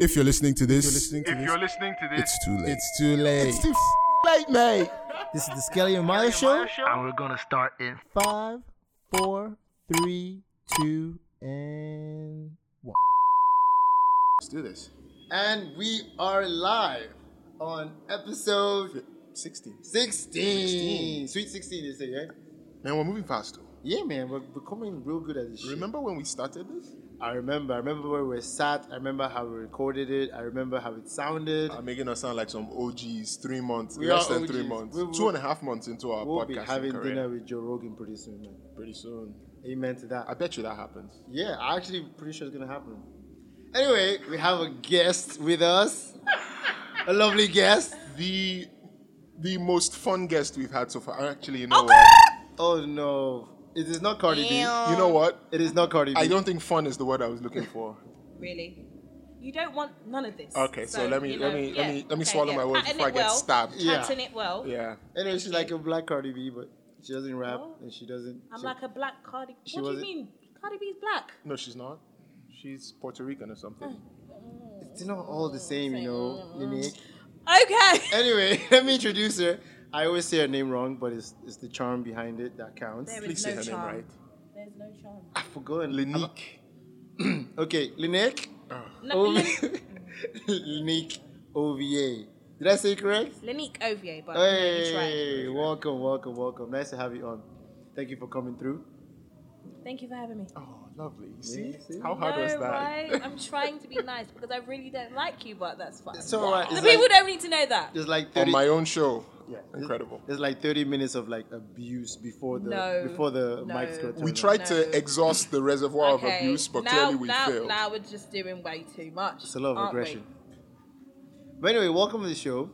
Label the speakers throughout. Speaker 1: If you're listening to this,
Speaker 2: You're listening to
Speaker 3: If
Speaker 2: this.
Speaker 3: you're listening to this,
Speaker 1: it's too late.
Speaker 2: It's too late.
Speaker 1: It's too f- late, mate.
Speaker 2: this is the Skelly and Maya show.
Speaker 3: and we're gonna start in
Speaker 2: Five, four, three, two, and one.
Speaker 1: Let's do this.
Speaker 2: And we are live on episode
Speaker 1: 16.
Speaker 2: 16.
Speaker 1: 16.
Speaker 2: Sweet 16, you say, right?
Speaker 1: Man, we're moving fast. Though.
Speaker 2: Yeah, man, we're becoming real good at this shit.
Speaker 1: Remember when we started this?
Speaker 2: I remember. I remember where we sat. I remember how we recorded it. I remember how it sounded.
Speaker 1: I'm making us sound like some OGs. Three months,
Speaker 2: We
Speaker 1: less
Speaker 2: are
Speaker 1: than three
Speaker 2: OGs.
Speaker 1: months,
Speaker 2: We will-
Speaker 1: two and a half months into our
Speaker 2: we'll be
Speaker 1: podcast
Speaker 2: having
Speaker 1: career.
Speaker 2: dinner with Joe Rogan pretty soon, man.
Speaker 1: Pretty soon.
Speaker 2: Amen to that.
Speaker 1: I bet you that happens.
Speaker 2: Yeah, I actually pretty sure it's gonna happen. Anyway, we have a guest with us. a lovely guest.
Speaker 1: The the most fun guest we've had so far. Actually, you know what?
Speaker 2: Oh no. It is not Cardi B.
Speaker 1: You know what?
Speaker 2: It is not Cardi B.
Speaker 1: I don't think fun is the word I was looking for.
Speaker 4: Really? You don't want none of this.
Speaker 1: Okay, so let me-
Speaker 4: you
Speaker 1: let me- let me- let me swallow my words
Speaker 4: Pattern
Speaker 1: before I
Speaker 4: it
Speaker 1: get
Speaker 4: well,
Speaker 1: stabbed.
Speaker 2: Yeah.
Speaker 4: Pattern it well.
Speaker 1: Yeah.
Speaker 2: anyway, she's like a black Cardi B, but she doesn't rap
Speaker 4: What?
Speaker 2: and she doesn't
Speaker 4: Oh. I'm
Speaker 2: she-
Speaker 4: like a black Cardi.
Speaker 2: She
Speaker 4: What do you
Speaker 2: wasn't-
Speaker 4: mean? Cardi B's black.
Speaker 1: No, she's not. She's Puerto Rican or something.
Speaker 2: it's not all the same, you know,
Speaker 4: Mm-hmm.
Speaker 2: unique.
Speaker 4: Okay.
Speaker 2: Anyway, let me introduce her. I always say her name wrong, but it's, it's the charm behind it that counts.
Speaker 4: There is
Speaker 1: Please say
Speaker 4: no
Speaker 1: her
Speaker 4: charm.
Speaker 1: name right.
Speaker 4: There's no charm.
Speaker 2: I forgot.
Speaker 1: Lenique.
Speaker 2: Okay, Linique.
Speaker 1: Oh.
Speaker 4: No,
Speaker 2: Ov-
Speaker 4: Lin-
Speaker 2: Linique OVA. Did I say it correct?
Speaker 4: Linique Ovier, but you tried.
Speaker 2: Hey, welcome, welcome, welcome. Nice to have you on. Thank you for coming through.
Speaker 4: Thank you for having me.
Speaker 1: Oh, lovely. See?
Speaker 2: see?
Speaker 1: How hard
Speaker 4: no,
Speaker 1: was that?
Speaker 4: right? I'm trying to be nice because I really don't like you, but that's fine.
Speaker 2: It's
Speaker 1: uh,
Speaker 2: all right.
Speaker 4: the
Speaker 2: It's
Speaker 4: people
Speaker 2: like,
Speaker 4: don't need to know that.
Speaker 2: there's like 30
Speaker 1: On my own show.
Speaker 2: yeah, there's-
Speaker 1: Incredible.
Speaker 2: There's like 30 minutes of like abuse before the
Speaker 4: No,
Speaker 2: before the
Speaker 4: no.
Speaker 2: mics got
Speaker 4: We
Speaker 2: turned
Speaker 1: We
Speaker 2: on.
Speaker 1: tried
Speaker 4: No.
Speaker 1: to exhaust the reservoir of abuse, but
Speaker 4: now,
Speaker 1: clearly we
Speaker 4: now,
Speaker 1: failed.
Speaker 4: Now we're just doing way too much.
Speaker 2: It's a lot of
Speaker 4: aren't we?
Speaker 2: aggression. But anyway, welcome to the show.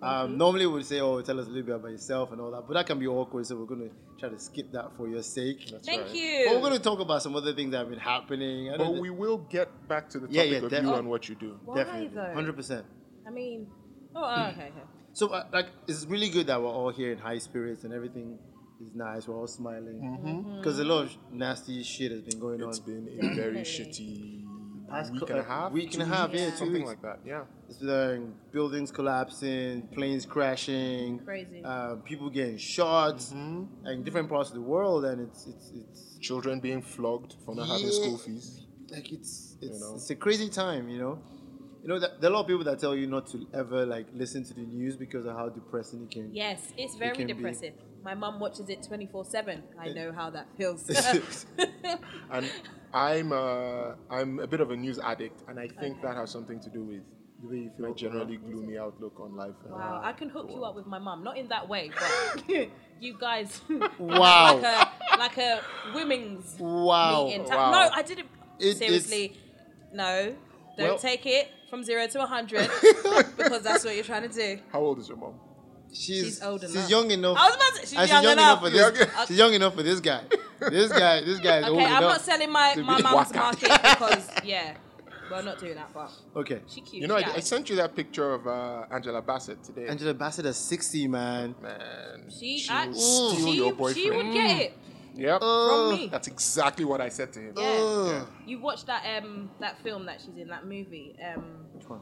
Speaker 2: Um, normally we'd say, "Oh, tell us a little bit about yourself and all that," but that can be awkward, so we're gonna try to skip that for your sake.
Speaker 4: Thank
Speaker 1: right.
Speaker 4: you.
Speaker 2: But we're gonna talk about some other things that have been happening. I
Speaker 1: But
Speaker 2: don't know.
Speaker 1: we will get back to the topic
Speaker 2: Yeah, yeah,
Speaker 1: of
Speaker 2: def-
Speaker 1: you
Speaker 2: oh.
Speaker 1: and what you do.
Speaker 4: Why
Speaker 2: definitely,
Speaker 4: though?
Speaker 2: hundred percent.
Speaker 4: I mean, oh, oh, okay, okay.
Speaker 2: So, uh, like, it's really good that we're all here in high spirits and everything is nice. We're all smiling because a lot of nasty shit has been going
Speaker 1: It's
Speaker 2: on.
Speaker 1: been a very
Speaker 4: Definitely.
Speaker 1: shitty
Speaker 2: Past
Speaker 1: week
Speaker 2: cou-
Speaker 1: and a
Speaker 2: uh,
Speaker 1: half.
Speaker 2: week and a
Speaker 1: two
Speaker 2: half,
Speaker 1: weeks,
Speaker 2: yeah, two
Speaker 1: something
Speaker 2: weeks.
Speaker 1: like that. Yeah.
Speaker 2: It's been buildings collapsing, planes crashing,
Speaker 4: Crazy.
Speaker 2: uh, people getting shot,
Speaker 1: Mm-hmm.
Speaker 2: in different parts of the world, and it's it's it's
Speaker 1: Children being flogged for not having
Speaker 2: Yeah.
Speaker 1: school fees.
Speaker 2: like it's it's,
Speaker 1: know.
Speaker 2: it's a crazy time, you know. You know, that, there are a lot of people that tell you not to ever like listen to the news because of how depressing it can.
Speaker 4: Yes, it's very
Speaker 2: can be.
Speaker 4: depressive. My mum watches it 24 7. I know how that feels.
Speaker 1: And I'm uh, I'm a bit of a news addict, and I think that has something to do with
Speaker 2: The way you feel.
Speaker 1: my generally gloomy outlook on life. and-
Speaker 4: wow, I can hook you up with my mum. Not in that way, but you guys.
Speaker 2: Wow.
Speaker 4: Like a, like a women's
Speaker 2: Wow.
Speaker 4: meeting. Ta-
Speaker 1: Wow.
Speaker 4: No, I didn't.
Speaker 2: It-
Speaker 4: seriously, no. Don't
Speaker 2: Well-
Speaker 4: take it from zero to 100 because that's what you're trying to do.
Speaker 1: How old is your mom?
Speaker 2: She's,
Speaker 4: She's old enough.
Speaker 2: She's young enough. Ah,
Speaker 4: I was about to- she's
Speaker 2: and
Speaker 4: young enough.
Speaker 2: for this.
Speaker 1: Young-
Speaker 2: She's young enough for this guy. This guy. This guy is old
Speaker 4: Okay, I'm
Speaker 2: enough.
Speaker 4: not selling my,
Speaker 2: to
Speaker 4: my
Speaker 2: be-
Speaker 4: mum's
Speaker 1: Waka.
Speaker 4: market because, yeah. Well, not doing that, but
Speaker 2: okay,
Speaker 4: she cute.
Speaker 1: You know, I,
Speaker 4: yeah.
Speaker 1: I sent you that picture of uh, Angela Bassett today.
Speaker 2: Angela Bassett is sixty, man.
Speaker 1: Man,
Speaker 4: She,
Speaker 1: she
Speaker 4: I,
Speaker 1: will
Speaker 4: she,
Speaker 1: steal your boyfriend.
Speaker 4: she would get it
Speaker 1: Yep.
Speaker 2: Oh.
Speaker 4: from me.
Speaker 1: That's exactly what I said to him.
Speaker 4: Yeah.
Speaker 2: Ugh.
Speaker 4: You watched that um that film that she's in that movie. Um,
Speaker 2: Which one?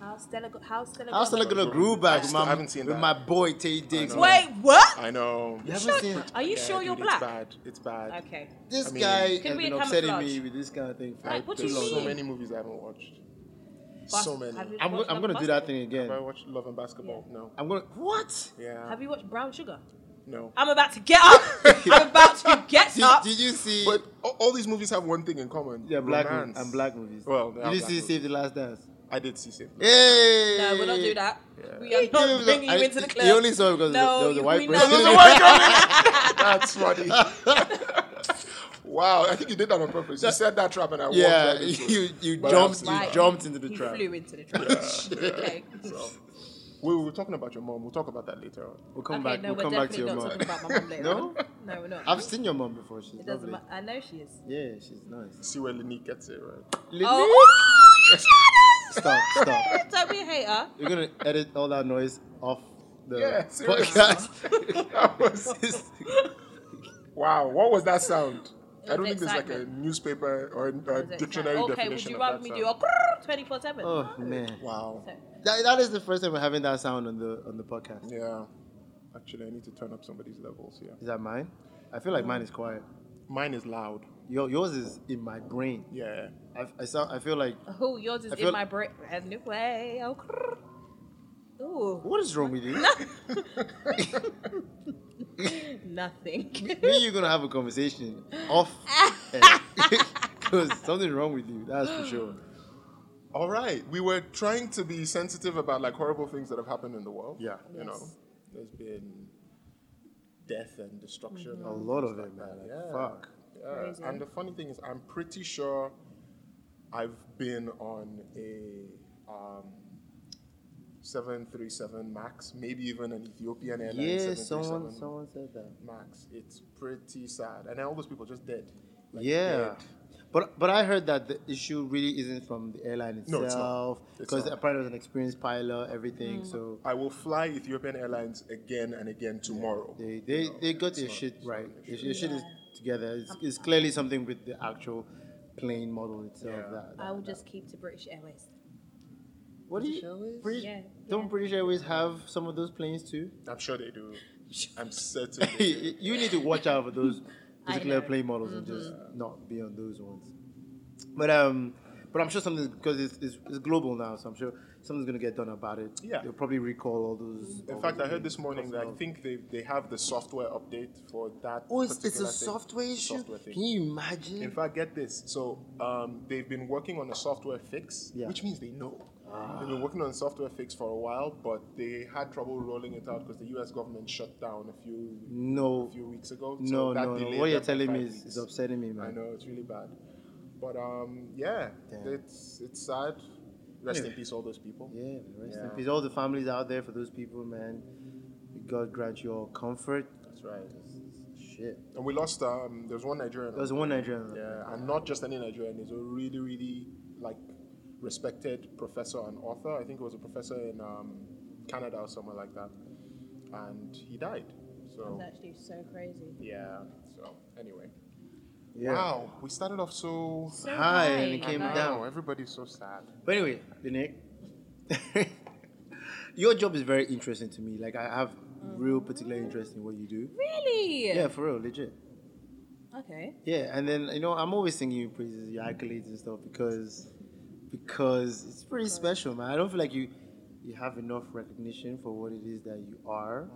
Speaker 4: how's Stella? Go- How's Stella?
Speaker 2: I was
Speaker 4: Gomez?
Speaker 2: like gonna groove
Speaker 1: I
Speaker 2: back with
Speaker 1: still
Speaker 2: my,
Speaker 1: haven't seen
Speaker 2: with
Speaker 1: that.
Speaker 2: my boy Tay Diggs.
Speaker 1: know.
Speaker 2: man.
Speaker 4: Wait, what?
Speaker 1: I know.
Speaker 2: You haven't seen
Speaker 4: Are you
Speaker 1: Yeah,
Speaker 4: sure you're
Speaker 1: dude,
Speaker 4: black?
Speaker 1: It's bad. It's bad.
Speaker 4: Okay.
Speaker 2: this
Speaker 1: I mean-
Speaker 2: guy
Speaker 4: Could
Speaker 2: has
Speaker 4: be
Speaker 2: been
Speaker 4: a
Speaker 2: upsetting
Speaker 4: camouflage.
Speaker 2: me with this kind of thing. For
Speaker 4: Like, what
Speaker 2: too
Speaker 4: do you
Speaker 2: long.
Speaker 1: There's so
Speaker 4: mean?
Speaker 1: many movies I haven't watched.
Speaker 4: Bas-
Speaker 1: so many.
Speaker 4: Have you
Speaker 2: I'm, go-
Speaker 4: watched
Speaker 2: I'm gonna
Speaker 4: Love
Speaker 2: do
Speaker 4: and
Speaker 2: that
Speaker 1: Have
Speaker 2: thing
Speaker 1: I
Speaker 2: again.
Speaker 1: watched Love and Basketball? No.
Speaker 2: I'm gonna what?
Speaker 1: Yeah.
Speaker 4: Basketball? Have you watched Brown Sugar?
Speaker 1: no.
Speaker 4: I'm about to get up. I'm about to get
Speaker 2: Did,
Speaker 4: up.
Speaker 2: did you see?
Speaker 1: But all, all these movies have one thing in common.
Speaker 2: yeah, black
Speaker 1: romance.
Speaker 2: and black movies.
Speaker 1: Well, they are
Speaker 2: did you
Speaker 1: black
Speaker 2: see
Speaker 1: movies.
Speaker 2: Save the Last Dance?
Speaker 1: I did see Safe.
Speaker 2: Hey!
Speaker 4: No, we'll not do that. We
Speaker 2: He
Speaker 4: are
Speaker 2: gave
Speaker 4: not
Speaker 2: us-
Speaker 4: bringing
Speaker 2: I-
Speaker 4: you into
Speaker 2: he
Speaker 4: the club.
Speaker 2: only saw it because
Speaker 4: no,
Speaker 2: there was a
Speaker 4: you-
Speaker 2: white
Speaker 4: we
Speaker 2: person.
Speaker 4: know-
Speaker 2: There was a
Speaker 1: That's funny. wow, I think you did that on purpose. You said that trap and I
Speaker 2: Yeah,
Speaker 1: walked right into it.
Speaker 2: you you
Speaker 1: But
Speaker 2: jumped
Speaker 1: absolutely.
Speaker 2: you
Speaker 4: Right.
Speaker 2: jumped into the
Speaker 4: He
Speaker 2: trap.
Speaker 4: flew into the trap. okay.
Speaker 1: We were talking about your mom. We'll talk about that later on.
Speaker 2: We'll come
Speaker 4: okay,
Speaker 2: back.
Speaker 4: no,
Speaker 2: we'll come
Speaker 4: we're
Speaker 2: back to
Speaker 4: definitely
Speaker 2: your
Speaker 4: not
Speaker 2: mom.
Speaker 4: talking about my mum later.
Speaker 2: No?
Speaker 4: no, we're not.
Speaker 2: I've seen your mom before. She's
Speaker 4: it
Speaker 2: lovely.
Speaker 4: doesn't matter. I know she is.
Speaker 2: Yeah, she's nice.
Speaker 1: See where Linique gets it, right?
Speaker 4: Oh, you jealous!
Speaker 2: Stop, stop.
Speaker 4: Don't be a hater.
Speaker 2: You're gonna edit all that noise off the
Speaker 1: Yeah, seriously.
Speaker 2: podcast.
Speaker 1: That was- wow, what was that sound? I don't
Speaker 4: the
Speaker 1: think there's like a
Speaker 4: excitement.
Speaker 1: newspaper or or a
Speaker 4: There's
Speaker 1: dictionary
Speaker 4: excitement. Okay, would
Speaker 1: definition
Speaker 4: you
Speaker 1: of
Speaker 4: rather
Speaker 1: that
Speaker 4: me do
Speaker 1: sound.
Speaker 4: your 24 7?
Speaker 2: Oh man,
Speaker 1: Wow.
Speaker 2: that, that is the first time we're having that sound on the on the podcast.
Speaker 1: Yeah. Actually, I need to turn up somebody's levels here.
Speaker 2: Is that mine? I feel like mine is quiet.
Speaker 1: Mine is loud.
Speaker 2: Your, yours is in my brain.
Speaker 1: Yeah.
Speaker 2: I, I sound. I feel like.
Speaker 4: Oh, yours is
Speaker 2: I feel-
Speaker 4: in my brain. Anyway. Oh, crrr. Ooh,
Speaker 2: What is wrong with you?
Speaker 4: nothing.
Speaker 2: Me, and you're gonna have a conversation off, because something's wrong with you. That's for sure.
Speaker 1: All right. We were trying to be sensitive about like horrible things that have happened in the world.
Speaker 2: Yeah.
Speaker 1: You know, there's been death and destruction.
Speaker 4: Mm-hmm.
Speaker 2: A lot of it, man. Like,
Speaker 1: Yeah.
Speaker 2: Fuck.
Speaker 1: Yeah, And the funny thing is, I'm pretty sure I've been on a um, 737 Max, maybe even an Ethiopian airline.
Speaker 2: Yeah,
Speaker 1: 737
Speaker 2: someone someone said that.
Speaker 1: Max. It's pretty sad, and then all those people just dead. Like,
Speaker 2: yeah.
Speaker 1: dead.
Speaker 2: But but I heard that the issue really isn't from the airline
Speaker 1: No, it's not.
Speaker 2: itself,
Speaker 1: It's
Speaker 2: because
Speaker 1: not.
Speaker 2: apparently it was an experienced pilot,
Speaker 4: Mm.
Speaker 2: everything. So
Speaker 1: I will fly Ethiopian Airlines again and again tomorrow.
Speaker 2: they they, they got their shit right. Their shit- their shit is together.
Speaker 4: Um,
Speaker 2: It's, it's clearly something with the actual plane model itself.
Speaker 1: Yeah.
Speaker 2: That,
Speaker 4: I will
Speaker 2: that-
Speaker 4: just keep to British Airways.
Speaker 2: what do
Speaker 1: British
Speaker 2: you?
Speaker 1: Airways?
Speaker 2: British,
Speaker 4: Yeah,
Speaker 2: Don't
Speaker 4: yeah.
Speaker 2: British Airways have some of those planes too?
Speaker 1: I'm sure they do. I'm certain. they do.
Speaker 2: you need to watch out for those
Speaker 4: I
Speaker 2: particular
Speaker 4: know.
Speaker 2: play models and just not be on those ones. But um, but I'm sure something because it's, it's, it's global now, so I'm sure something's gonna get done about it.
Speaker 1: Yeah.
Speaker 2: they'll probably recall all those. all
Speaker 1: In fact,
Speaker 2: those
Speaker 1: I heard this
Speaker 2: things.
Speaker 1: morning that I
Speaker 2: Cost of-
Speaker 1: think they, they have the software update for that.
Speaker 2: Oh, it's, it's a
Speaker 1: particular thing.
Speaker 2: software issue.
Speaker 1: Software thing.
Speaker 2: Can you imagine?
Speaker 1: In fact, get this. So um, they've been working on a software fix,
Speaker 2: Yeah. Ah.
Speaker 1: which means they know. They've been working on a software fix for a while, but they had trouble rolling it out because the U.S. government shut down a few
Speaker 2: no,
Speaker 1: a few weeks ago.
Speaker 2: no,
Speaker 1: that
Speaker 2: no, no.
Speaker 1: delayed
Speaker 2: What you're
Speaker 1: them by
Speaker 2: telling me
Speaker 1: five
Speaker 2: is,
Speaker 1: weeks.
Speaker 2: is upsetting me,
Speaker 1: I
Speaker 2: man.
Speaker 1: know it's really bad, but um, yeah,
Speaker 2: Damn.
Speaker 1: it's it's sad. Rest in
Speaker 2: Anyway.
Speaker 1: peace, all those people.
Speaker 2: Yeah, rest in
Speaker 1: Yeah.
Speaker 2: peace. All the families out there for those people, man. May God grant you all comfort.
Speaker 1: That's right.
Speaker 2: Shit.
Speaker 1: And we lost. Um, there was one Nigerian.
Speaker 2: There's one Nigerian.
Speaker 1: Yeah, and not just any Nigerian. He's a really, really like respected professor and author. I think he was a professor in um, Canada or somewhere like that, and he died. So
Speaker 2: Oh.
Speaker 4: It's actually so crazy.
Speaker 1: yeah. So anyway,
Speaker 2: Yeah.
Speaker 1: wow, we started off so.
Speaker 4: So
Speaker 2: Hi, and it
Speaker 4: high.
Speaker 2: came
Speaker 1: Wow,
Speaker 2: down.
Speaker 1: everybody's so sad.
Speaker 2: But anyway, Nick, your job is very interesting to me. Like I have real particular interest in what you do.
Speaker 4: Really?
Speaker 2: Yeah, for real, legit.
Speaker 4: Okay.
Speaker 2: Yeah, and then you know I'm always singing your praises, your accolades and stuff because because it's pretty special, man. I don't feel like you you have enough recognition for what it is that you are.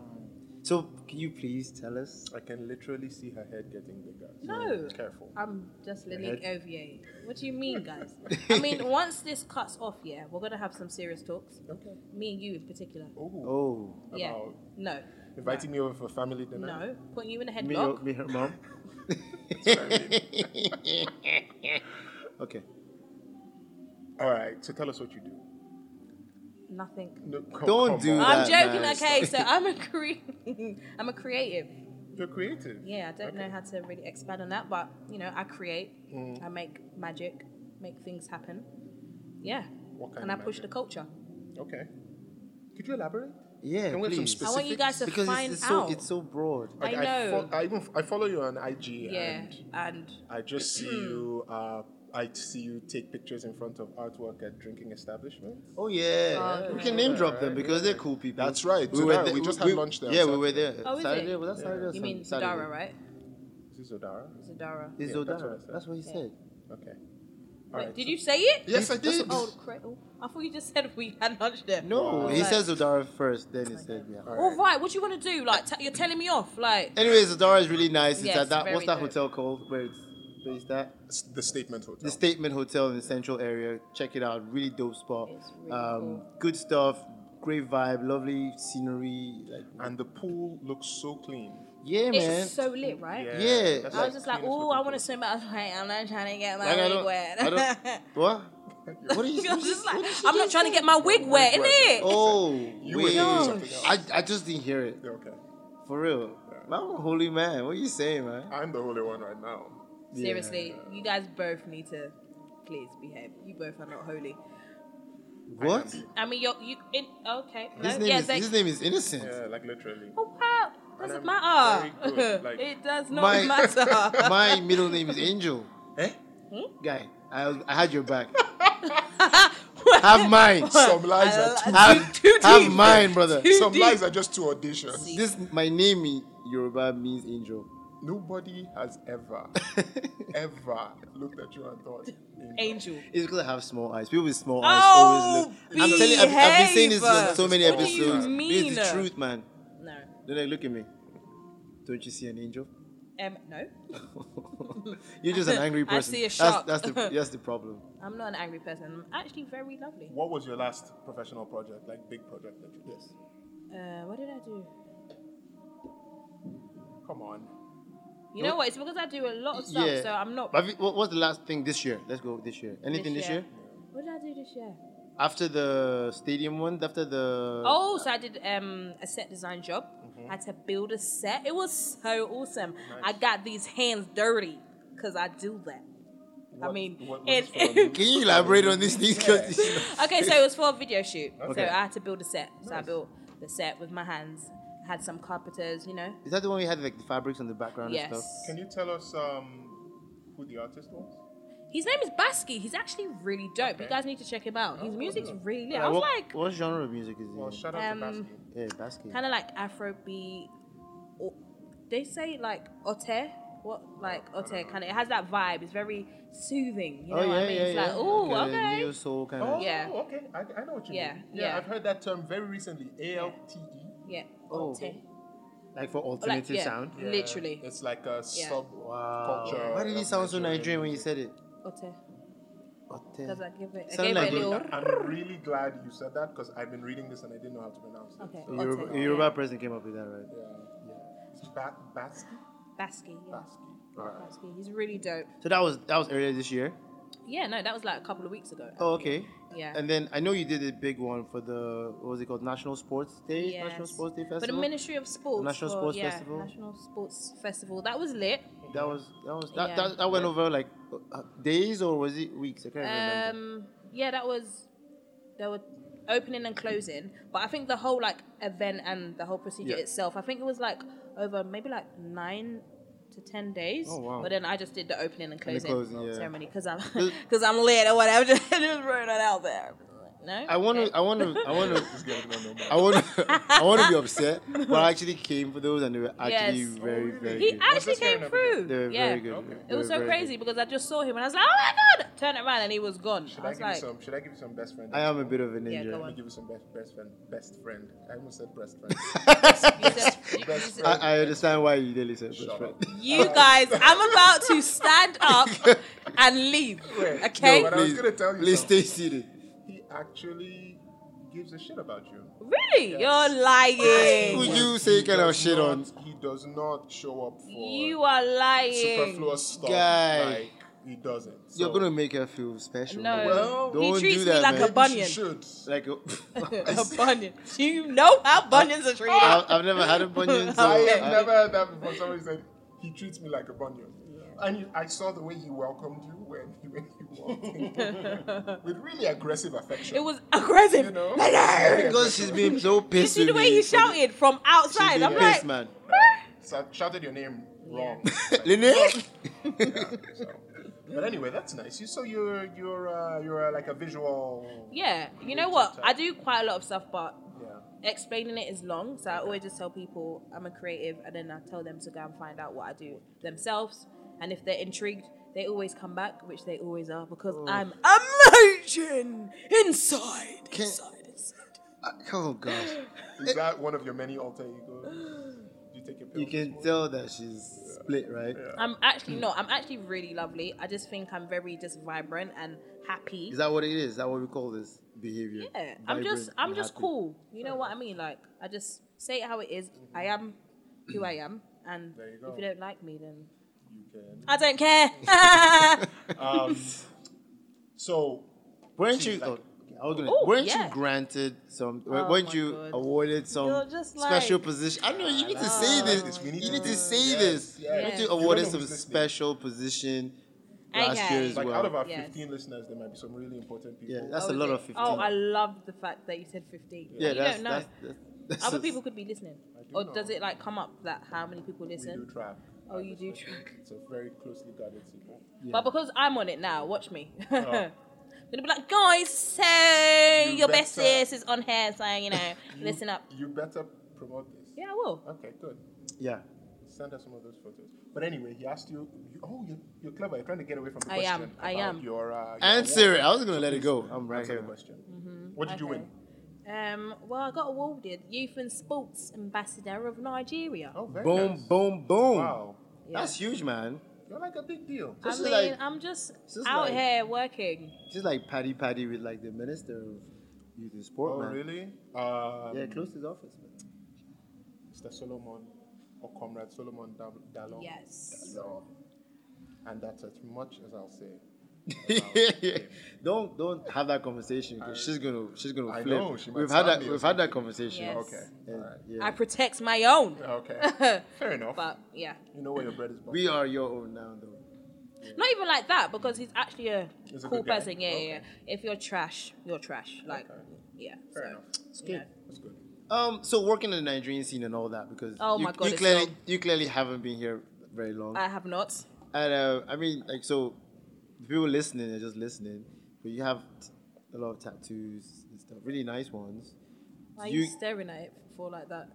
Speaker 2: So can you please tell us?
Speaker 1: I can literally see her head getting bigger. so
Speaker 4: No.
Speaker 1: Careful.
Speaker 4: I'm just Linique
Speaker 2: Ahead.
Speaker 4: Ovier. What do you mean, guys? I mean, once this cuts off, yeah, we're gonna have some serious talks.
Speaker 1: Okay.
Speaker 4: Me and you in particular.
Speaker 1: Oh.
Speaker 2: Oh,
Speaker 4: Yeah.
Speaker 1: About
Speaker 4: No.
Speaker 1: inviting me over for family dinner.
Speaker 4: No. Putting you in a
Speaker 2: me, your,
Speaker 4: headlock.
Speaker 2: me her mom. okay.
Speaker 1: All right. So tell us what you do.
Speaker 4: Nothing.
Speaker 1: No, come-
Speaker 2: Don't
Speaker 1: come
Speaker 2: do
Speaker 1: on.
Speaker 2: that.
Speaker 4: I'm joking.
Speaker 2: man.
Speaker 4: Okay, so I'm a cre- I'm a creative.
Speaker 1: You're creative.
Speaker 4: Yeah, I don't know how to really expand on that, but you know, I create,
Speaker 2: Mm.
Speaker 4: I make magic, make things happen. Yeah,
Speaker 1: What kind
Speaker 4: and I
Speaker 1: of
Speaker 4: push the
Speaker 1: magic?
Speaker 4: culture.
Speaker 1: Okay. Could you elaborate?
Speaker 2: Yeah,
Speaker 1: Can we have some
Speaker 2: please.
Speaker 1: spec-
Speaker 4: I want you guys to
Speaker 2: because it's,
Speaker 4: find
Speaker 2: it's
Speaker 4: out.
Speaker 2: so it's so broad.
Speaker 4: I know.
Speaker 1: fo- I, even f- I follow you on IG.
Speaker 4: yeah,
Speaker 1: And
Speaker 4: and
Speaker 1: I just see you. Uh, I see you take pictures in front of artwork at drinking establishments.
Speaker 2: Oh yeah,
Speaker 4: okay.
Speaker 2: we can name drop them because they're cool people.
Speaker 1: That's right.
Speaker 2: We,
Speaker 1: So
Speaker 2: were
Speaker 1: that-
Speaker 2: there-
Speaker 1: we just had lunch there on
Speaker 2: Yeah, we were there.
Speaker 1: Saturday.
Speaker 4: Oh, is
Speaker 2: Saturday
Speaker 4: it?
Speaker 2: was that Saturday? or
Speaker 4: you mean
Speaker 2: Sun- Saturday?
Speaker 4: Zadara, right?
Speaker 1: Is this Odara?
Speaker 4: Zadara.
Speaker 2: It's
Speaker 1: Yeah, that's
Speaker 2: Zodara.
Speaker 1: what I said.
Speaker 2: That's what he
Speaker 4: Yeah.
Speaker 2: said.
Speaker 1: Okay. All
Speaker 4: Wait,
Speaker 1: right,
Speaker 4: did
Speaker 1: so-
Speaker 4: you say it?
Speaker 1: Yes, I
Speaker 2: That's
Speaker 1: did.
Speaker 2: what-
Speaker 4: Oh, cra- oh, I thought you just said we had lunch there.
Speaker 2: No,
Speaker 1: Wow.
Speaker 2: Oh, he
Speaker 4: Oh, Like-
Speaker 2: says Zodara first, then he said yeah.
Speaker 1: All
Speaker 4: All
Speaker 1: right.
Speaker 4: right, what do you want to do? Like, t- you're telling me off. Like,
Speaker 2: Anyway, Zodara is really nice. It's
Speaker 4: Yes,
Speaker 2: at that what's
Speaker 4: very
Speaker 2: that
Speaker 4: dope.
Speaker 2: hotel called where it's based at?
Speaker 1: S- The Statement Hotel.
Speaker 2: The Statement Hotel in the central area. Check it out. Really dope spot.
Speaker 4: It's really
Speaker 2: um,
Speaker 4: cool.
Speaker 2: Good stuff. Great vibe. Lovely scenery. Like
Speaker 1: and the pool looks so clean.
Speaker 2: yeah, man.
Speaker 4: it's so lit, right?
Speaker 1: Yeah.
Speaker 2: Yeah.
Speaker 1: that's
Speaker 4: I was just like,
Speaker 1: cleanest
Speaker 4: oh,
Speaker 1: looking
Speaker 4: I want to
Speaker 1: pool.
Speaker 4: swim. I was like, I'm not trying to get my
Speaker 2: Like, I
Speaker 4: wig
Speaker 2: don't-
Speaker 4: wet.
Speaker 2: I don't- what? What are you?
Speaker 4: I
Speaker 2: what
Speaker 4: was
Speaker 2: did
Speaker 4: just
Speaker 2: you-
Speaker 4: like,
Speaker 2: what did you
Speaker 4: I'm not
Speaker 2: just
Speaker 4: trying to
Speaker 2: say?
Speaker 4: get my wig wet, innit?
Speaker 2: Oh,
Speaker 1: You were
Speaker 2: wait.
Speaker 1: doing something else.
Speaker 2: I, I just didn't hear it.
Speaker 1: Yeah, okay.
Speaker 2: For real. I'm a holy man. What are you saying, man?
Speaker 1: I'm the holy one right now.
Speaker 4: Seriously, you guys both need to please behave. You both are not holy.
Speaker 2: What?
Speaker 4: I mean, you're you. In, okay, no,
Speaker 2: His name,
Speaker 4: yeah,
Speaker 2: is,
Speaker 4: they-
Speaker 2: his name is Innocent.
Speaker 1: Yeah, like literally.
Speaker 4: Oh wow, doesn't
Speaker 1: I'm
Speaker 4: matter.
Speaker 1: very good, like-
Speaker 4: it does not
Speaker 2: My-
Speaker 4: matter.
Speaker 2: My middle name is Angel.
Speaker 1: Eh?
Speaker 4: Hmm?
Speaker 2: Guy, I, was- I had your back. have mine.
Speaker 1: Some lies are
Speaker 4: I
Speaker 1: too,
Speaker 2: Have,
Speaker 4: Too deep.
Speaker 2: have mine, brother.
Speaker 4: Too
Speaker 1: some
Speaker 4: deep.
Speaker 1: lies are just too audacious.
Speaker 2: This my name in Yoruba means angel.
Speaker 1: Nobody has ever, ever looked at you and thought, "Angel."
Speaker 4: Angel.
Speaker 2: It's because I have small eyes. People with small eyes always
Speaker 4: Oh,
Speaker 2: look. I'm telling you, I've, I've been saying this on
Speaker 4: behave.
Speaker 2: so many
Speaker 1: What do you
Speaker 2: episodes. It's the
Speaker 4: mean?
Speaker 2: truth, man.
Speaker 4: No.
Speaker 2: Don't like, look at me. Don't you see an angel?
Speaker 4: Um, no.
Speaker 2: You're just an angry
Speaker 4: I
Speaker 2: person.
Speaker 4: see a shark.
Speaker 2: That's, that's the that's the problem.
Speaker 4: I'm not an angry person. I'm actually very lovely.
Speaker 1: What was your last professional project, like big project that you did?
Speaker 4: Uh, what did I do?
Speaker 1: Come on.
Speaker 4: You know what? It's because I do a lot of stuff, so I'm not.
Speaker 2: But have you- what, what's the last thing this year? Let's go this year. Anything this year?
Speaker 4: What did I do this year?
Speaker 2: After the stadium one, after the
Speaker 4: Oh, so I did um, a set design job.
Speaker 2: Mm-hmm.
Speaker 4: I had to build a set. It was so awesome. I got these hands dirty because I do that. I
Speaker 1: What-
Speaker 4: mean,
Speaker 1: what was
Speaker 4: it,
Speaker 1: for you?
Speaker 2: Can you elaborate on these things? 'Cause
Speaker 4: okay, so it was for a video shoot.
Speaker 2: Okay.
Speaker 4: So I had to build a set. So I built the set with my hands. had some carpenters, you know.
Speaker 2: Is that the one we had like the fabrics on the background and stuff?
Speaker 4: Yes.
Speaker 1: Can you tell us um, who the artist was?
Speaker 4: His name is Basky. He's actually really dope. You
Speaker 1: Okay.
Speaker 4: guys need to check him out. His music's really lit.
Speaker 2: Uh,
Speaker 4: I was
Speaker 2: what,
Speaker 4: like,
Speaker 2: what genre of music is it?
Speaker 1: Well, shout out
Speaker 4: Um,
Speaker 1: to Baskin.
Speaker 2: yeah, basket.
Speaker 4: kind of like Afrobeat. Or, they say like ote. What like ote kind of? It has that vibe. It's very soothing. You know
Speaker 2: oh
Speaker 4: what
Speaker 2: yeah,
Speaker 4: I mean?
Speaker 2: yeah,
Speaker 4: it's
Speaker 2: yeah.
Speaker 4: like, oh,
Speaker 2: Like a
Speaker 4: okay.
Speaker 2: Neo soul kind
Speaker 1: Oh,
Speaker 2: of.
Speaker 4: Yeah.
Speaker 1: okay. I, I know what you
Speaker 4: Yeah,
Speaker 1: mean.
Speaker 4: yeah.
Speaker 1: I've heard that term very recently. A L T E.
Speaker 4: Yeah.
Speaker 2: Oh.
Speaker 4: Ote.
Speaker 2: Like for
Speaker 4: Or
Speaker 2: alternative
Speaker 4: Oh, Like, yeah,
Speaker 2: sound.
Speaker 1: Yeah,
Speaker 4: Literally.
Speaker 1: It's like a
Speaker 4: Yeah.
Speaker 1: sub
Speaker 2: Wow.
Speaker 1: culture.
Speaker 2: Why did it sound so Nigerian when you said it?
Speaker 4: Ote.
Speaker 2: Ote.
Speaker 4: Because I give it, I
Speaker 2: Sound
Speaker 4: gave
Speaker 2: like
Speaker 4: it a
Speaker 2: it-
Speaker 4: little.
Speaker 1: I'm really glad you said that because I've been reading this and I didn't know how to pronounce it.
Speaker 4: Okay.
Speaker 2: A Yoruba,
Speaker 4: Ote.
Speaker 2: a Yoruba person came up with that, right?
Speaker 1: Yeah. yeah. It's ba- Basky?
Speaker 4: Basky. Yeah.
Speaker 1: Basky.
Speaker 4: Basky. He's really dope.
Speaker 2: So that was that was earlier this year.
Speaker 4: Yeah. No, that was like a couple of weeks ago.
Speaker 2: Oh, okay.
Speaker 4: Yeah.
Speaker 2: And then I know you did a big one for the what was it called? National Sports Day,
Speaker 4: Yes.
Speaker 2: National Sports Day
Speaker 4: But
Speaker 2: Festival.
Speaker 4: the Ministry of Sports.
Speaker 2: National
Speaker 4: for-
Speaker 2: Sports
Speaker 4: yeah,
Speaker 2: Festival?
Speaker 4: National Sports Festival. That was lit.
Speaker 2: That was that was that,
Speaker 4: Yeah.
Speaker 2: that, that went over like uh, days or was it weeks? I can't remember.
Speaker 4: Um, yeah, that was. There were opening and closing, but I think the whole like event and the whole procedure
Speaker 1: Yeah.
Speaker 4: itself. I think it was like over maybe like nine to ten days.
Speaker 2: Oh, wow.
Speaker 4: But then I just did the opening and
Speaker 2: And the
Speaker 4: closing,
Speaker 2: closing, yeah.
Speaker 4: ceremony because I'm because I'm lit or whatever. Just, just throwing that out there. No,
Speaker 2: I want to,
Speaker 4: Okay.
Speaker 2: I want to, I want to,
Speaker 1: This girl don't know
Speaker 2: I
Speaker 1: much.
Speaker 2: want to, I want to be upset, but I actually came for those and they were actually
Speaker 4: Yes.
Speaker 2: very,
Speaker 1: Oh,
Speaker 2: very
Speaker 1: really?
Speaker 4: He
Speaker 2: good.
Speaker 1: Was
Speaker 4: actually
Speaker 1: this
Speaker 4: came
Speaker 1: here in
Speaker 4: through.
Speaker 2: They were
Speaker 4: yeah.
Speaker 2: very good.
Speaker 1: Okay.
Speaker 2: They
Speaker 4: It
Speaker 2: were
Speaker 4: was so
Speaker 2: very
Speaker 4: crazy
Speaker 2: good.
Speaker 4: because I just saw him and I was like, oh my god! Turn around and he was gone.
Speaker 1: Should
Speaker 4: I
Speaker 1: I,
Speaker 4: was
Speaker 1: give
Speaker 4: like,
Speaker 1: you some? Should I give you some best friend?
Speaker 2: I am a bit of a
Speaker 4: Yeah,
Speaker 2: ninja.
Speaker 4: go
Speaker 1: Let me
Speaker 4: on.
Speaker 1: give you some best, best friend. Best friend. I almost said best friend.
Speaker 4: you, said- you- you
Speaker 1: Best
Speaker 4: said-
Speaker 1: friend.
Speaker 2: I, I understand why you did it, sir.
Speaker 1: Shut up.
Speaker 4: You guys, I'm about to stand up and leave.
Speaker 1: Wait,
Speaker 4: Okay?
Speaker 1: no, but I was gonna tell you
Speaker 2: Please
Speaker 1: something.
Speaker 2: stay seated.
Speaker 1: He actually gives a shit about you.
Speaker 4: really? You're
Speaker 2: Would
Speaker 4: lying.
Speaker 2: you say kind of
Speaker 1: does
Speaker 2: shit on?
Speaker 1: not- He does not show up for
Speaker 4: You are lying.
Speaker 1: superfluous stuff.
Speaker 2: Guy.
Speaker 1: Like, he doesn't. So,
Speaker 2: You're gonna make her feel special.
Speaker 4: No.
Speaker 1: Well,
Speaker 2: Don't
Speaker 4: he
Speaker 2: do
Speaker 4: treats me
Speaker 2: that,
Speaker 4: like
Speaker 2: man.
Speaker 4: a
Speaker 1: She
Speaker 4: bunion.
Speaker 1: should.
Speaker 2: like a,
Speaker 4: a bunion. Do you know how bunions are treated?
Speaker 2: I've, I've never had a bunion, so
Speaker 1: I have
Speaker 2: I-
Speaker 1: never heard that before. Somebody said he treats me like a bunion. And you, I saw the way he welcomed you when he when you walked in. with really aggressive affection.
Speaker 4: It was aggressive.
Speaker 1: you know.
Speaker 2: because she's been so
Speaker 4: You
Speaker 2: pissed.
Speaker 4: see the
Speaker 2: with
Speaker 4: way
Speaker 2: me.
Speaker 4: he shouted from
Speaker 2: She's
Speaker 4: outside.
Speaker 2: been
Speaker 4: I'm
Speaker 2: pissed,
Speaker 4: like,
Speaker 2: man.
Speaker 1: So I shouted your name wrong.
Speaker 2: Lynette?
Speaker 1: So. But anyway, that's nice. You so you're you're uh, you're uh, like a visual.
Speaker 4: yeah, you know what? I do quite a lot of stuff, but
Speaker 1: Yeah.
Speaker 4: explaining it is long, so I always just tell people I'm a creative, and then I tell them to go and find out what I do themselves. And if they're intrigued, they always come back, which they always are, because I'm amazing inside,
Speaker 2: Can-
Speaker 4: inside, inside.
Speaker 2: Oh gosh.
Speaker 1: Is that one of your many alter egos? Do you take a pill?
Speaker 2: You can tell that she's split, right?
Speaker 4: I'm actually no, I'm actually really lovely. I just think I'm very just vibrant and happy.
Speaker 2: Is that what it is? Is that what we call this behavior?
Speaker 4: yeah, I'm just
Speaker 2: Vibrant
Speaker 4: I'm
Speaker 2: and
Speaker 4: just
Speaker 2: happy.
Speaker 4: cool. You know what I mean? Like I just say it how it is. I am who I am, and
Speaker 1: There you go.
Speaker 4: if you don't like me, then
Speaker 1: You can.
Speaker 4: I don't care.
Speaker 1: Um, so
Speaker 2: Weren't
Speaker 1: She's
Speaker 2: you?
Speaker 1: like-
Speaker 2: oh, I was gonna.
Speaker 4: Ooh,
Speaker 2: weren't
Speaker 4: yeah.
Speaker 2: you granted some?
Speaker 4: Oh
Speaker 2: weren't
Speaker 4: my
Speaker 2: you
Speaker 4: God.
Speaker 2: awarded some
Speaker 4: You're just
Speaker 2: special
Speaker 4: like-
Speaker 2: position? I know you need to say this.
Speaker 1: We need
Speaker 2: you
Speaker 1: to
Speaker 2: need
Speaker 1: do
Speaker 2: to say
Speaker 1: this.
Speaker 2: this.
Speaker 1: Yes, yes.
Speaker 4: Yeah.
Speaker 2: You need
Speaker 4: You
Speaker 2: to
Speaker 4: don't
Speaker 1: know
Speaker 2: awarded
Speaker 1: who's
Speaker 2: some
Speaker 1: listening.
Speaker 2: special position last
Speaker 4: Okay.
Speaker 2: year as
Speaker 1: like
Speaker 2: well.
Speaker 1: out of our
Speaker 4: Yes.
Speaker 1: 15 listeners, there might be some really important people.
Speaker 2: yeah, that's a lot
Speaker 4: Okay.
Speaker 2: of fifteen.
Speaker 4: Oh, I love the fact that you said 15.
Speaker 2: yeah,
Speaker 4: you
Speaker 2: that's,
Speaker 4: don't know.
Speaker 2: that's, that's,
Speaker 4: Other people could be listening,
Speaker 1: I do
Speaker 4: or
Speaker 1: know.
Speaker 4: does it like come up that how many people
Speaker 1: We do
Speaker 4: listen?
Speaker 1: track.
Speaker 4: Oh, you do
Speaker 1: Especially-
Speaker 4: track.
Speaker 1: It's a very closely guarded secret.
Speaker 2: Yeah.
Speaker 4: But because I'm on it now, watch me. I'm
Speaker 1: Oh.
Speaker 4: gonna be like, guys, so
Speaker 1: You
Speaker 4: your best
Speaker 1: better-
Speaker 4: sis is on here, so you know,
Speaker 1: You-
Speaker 4: listen up.
Speaker 1: You better promote this.
Speaker 4: Yeah, I will.
Speaker 1: Okay, good.
Speaker 2: yeah.
Speaker 1: Send us some of those photos. But anyway, he asked you. you oh, you're, you're clever. You're trying to get away from the
Speaker 4: I am,
Speaker 1: question.
Speaker 4: I
Speaker 1: about
Speaker 4: am.
Speaker 1: Your, uh, your
Speaker 2: Answer
Speaker 1: award.
Speaker 2: it. I was gonna let it go. I'm right
Speaker 1: Answer
Speaker 2: here.
Speaker 1: the question. What did you
Speaker 4: Mm-hmm. Okay.
Speaker 1: win?
Speaker 4: Um, well, I got awarded Youth and Sports Ambassador of Nigeria.
Speaker 1: Oh, very
Speaker 2: Boom,
Speaker 1: nice.
Speaker 2: boom, boom.
Speaker 1: Wow,
Speaker 4: Yeah.
Speaker 2: That's huge, man.
Speaker 1: you're like a big deal.
Speaker 4: I
Speaker 2: This
Speaker 4: mean,
Speaker 2: is like-
Speaker 4: I'm just
Speaker 2: is
Speaker 4: out
Speaker 2: like-
Speaker 4: here working.
Speaker 2: She's like Paddy Paddy with like the minister of youth and sport,
Speaker 1: Oh,
Speaker 2: man.
Speaker 1: really? Um,
Speaker 2: Yeah, close to his office, man.
Speaker 1: Mr. Solomon or Comrade Solomon Dal- Dalong.
Speaker 4: Yes.
Speaker 1: Dalong. And that's as much as I'll say.
Speaker 2: Don't don't have that conversation because
Speaker 1: I-
Speaker 2: she's gonna she's gonna
Speaker 1: I
Speaker 2: flip.
Speaker 1: know, she might
Speaker 2: we've had
Speaker 1: slap
Speaker 2: that
Speaker 1: me or
Speaker 2: we've had that conversation.
Speaker 4: Yes.
Speaker 1: Okay.
Speaker 2: And,
Speaker 1: All right.
Speaker 2: yeah.
Speaker 4: I protect my own.
Speaker 1: Okay. Fair enough.
Speaker 4: But yeah,
Speaker 1: you know where your bread is buttered.
Speaker 2: we are your own now, though.
Speaker 4: not even like that because he's actually a
Speaker 1: He's a
Speaker 4: cool
Speaker 1: good guy.
Speaker 4: person. Yeah,
Speaker 1: Okay.
Speaker 4: yeah. yeah. If you're trash, you're trash. Like,
Speaker 1: Okay.
Speaker 4: yeah.
Speaker 1: Fair
Speaker 4: so,
Speaker 1: enough.
Speaker 4: you know.
Speaker 1: That's good.
Speaker 2: Um, so working in the Nigerian scene and all that because
Speaker 4: Oh
Speaker 2: you,
Speaker 4: my God,
Speaker 2: you
Speaker 4: it's Ah.
Speaker 2: clearly
Speaker 4: long.
Speaker 2: you clearly haven't been here very long.
Speaker 4: I have not.
Speaker 2: and uh, I mean, like, so the people listening are just listening, but you have t- a lot of tattoos and stuff, really nice ones.
Speaker 4: Why are
Speaker 2: You-
Speaker 4: you staring at it for like that?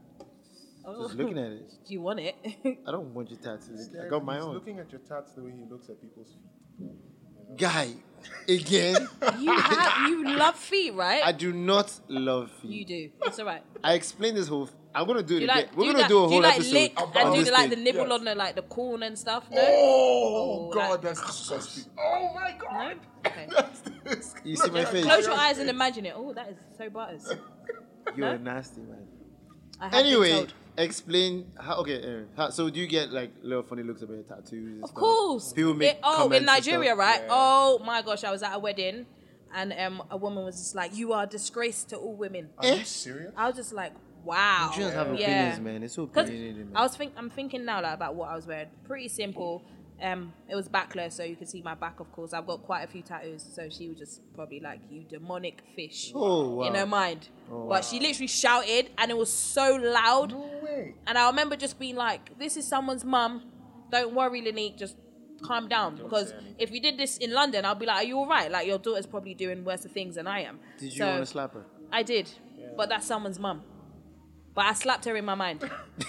Speaker 4: Oh.
Speaker 2: Just looking at it,
Speaker 4: Do you want it?
Speaker 2: I don't want your tattoos. I got my
Speaker 1: He's
Speaker 2: own.
Speaker 1: looking at your tats the way he looks at people's feet.
Speaker 2: Guy, again,
Speaker 4: you have, you love feet, right?
Speaker 2: I do not love
Speaker 4: you
Speaker 2: feet.
Speaker 4: do. It's all right.
Speaker 2: I explained this whole. i am I'm gonna do it
Speaker 4: Do you
Speaker 2: again.
Speaker 4: like?
Speaker 2: We're
Speaker 4: do you
Speaker 2: gonna
Speaker 4: like,
Speaker 2: do a
Speaker 4: you
Speaker 2: whole
Speaker 4: like
Speaker 2: episode
Speaker 4: lick and
Speaker 2: on
Speaker 4: do
Speaker 2: this
Speaker 4: the, like the
Speaker 2: thing.
Speaker 4: nibble
Speaker 1: Yes.
Speaker 4: on the like the corn and stuff? No.
Speaker 1: Oh,
Speaker 4: Oh,
Speaker 1: God,
Speaker 4: that-
Speaker 1: that's disgusting. Oh my God.
Speaker 4: No? Okay.
Speaker 1: That's disgusting.
Speaker 2: You see my face?
Speaker 4: Close your eyes and imagine it. Oh, that is so butters.
Speaker 2: You're a nasty man.
Speaker 4: I have been
Speaker 2: Anyway,
Speaker 4: told.
Speaker 2: explain how. Okay, anyway, how, so do you get like little funny looks about your tattoos? and
Speaker 4: Of
Speaker 2: stuff?
Speaker 4: course.
Speaker 2: People make
Speaker 4: It- oh, in
Speaker 2: comments and stuff.
Speaker 4: Nigeria, right?
Speaker 1: Yeah.
Speaker 4: Oh my gosh, I was at a wedding and um, a woman was just like, "You are a disgrace to all women."
Speaker 1: Are you serious?
Speaker 4: I was just like, "Wow."
Speaker 2: Nigerians have
Speaker 4: Yeah.
Speaker 2: opinions, man. It's so
Speaker 4: 'Cause
Speaker 2: opinionated, man.
Speaker 4: I was think I'm thinking now like about what I was wearing. Pretty simple. Um, it was backless, so you could see my back. Of course, I've got quite a few tattoos, so she was just probably like, "You demonic fish,"
Speaker 2: Oh, wow. Oh,
Speaker 4: in her mind. But she literally shouted, and it was so loud.
Speaker 1: No way.
Speaker 4: And I remember just being like, this is someone's mum. Don't worry, Linique. Just calm down. because
Speaker 1: say anything.
Speaker 4: if you did this in London, I'll be like, are you all right? Like, your daughter's probably doing worse things than I am.
Speaker 2: Did you
Speaker 4: So,
Speaker 2: want to slap her?
Speaker 4: I did. But that's someone's mum. But I slapped her in my mind.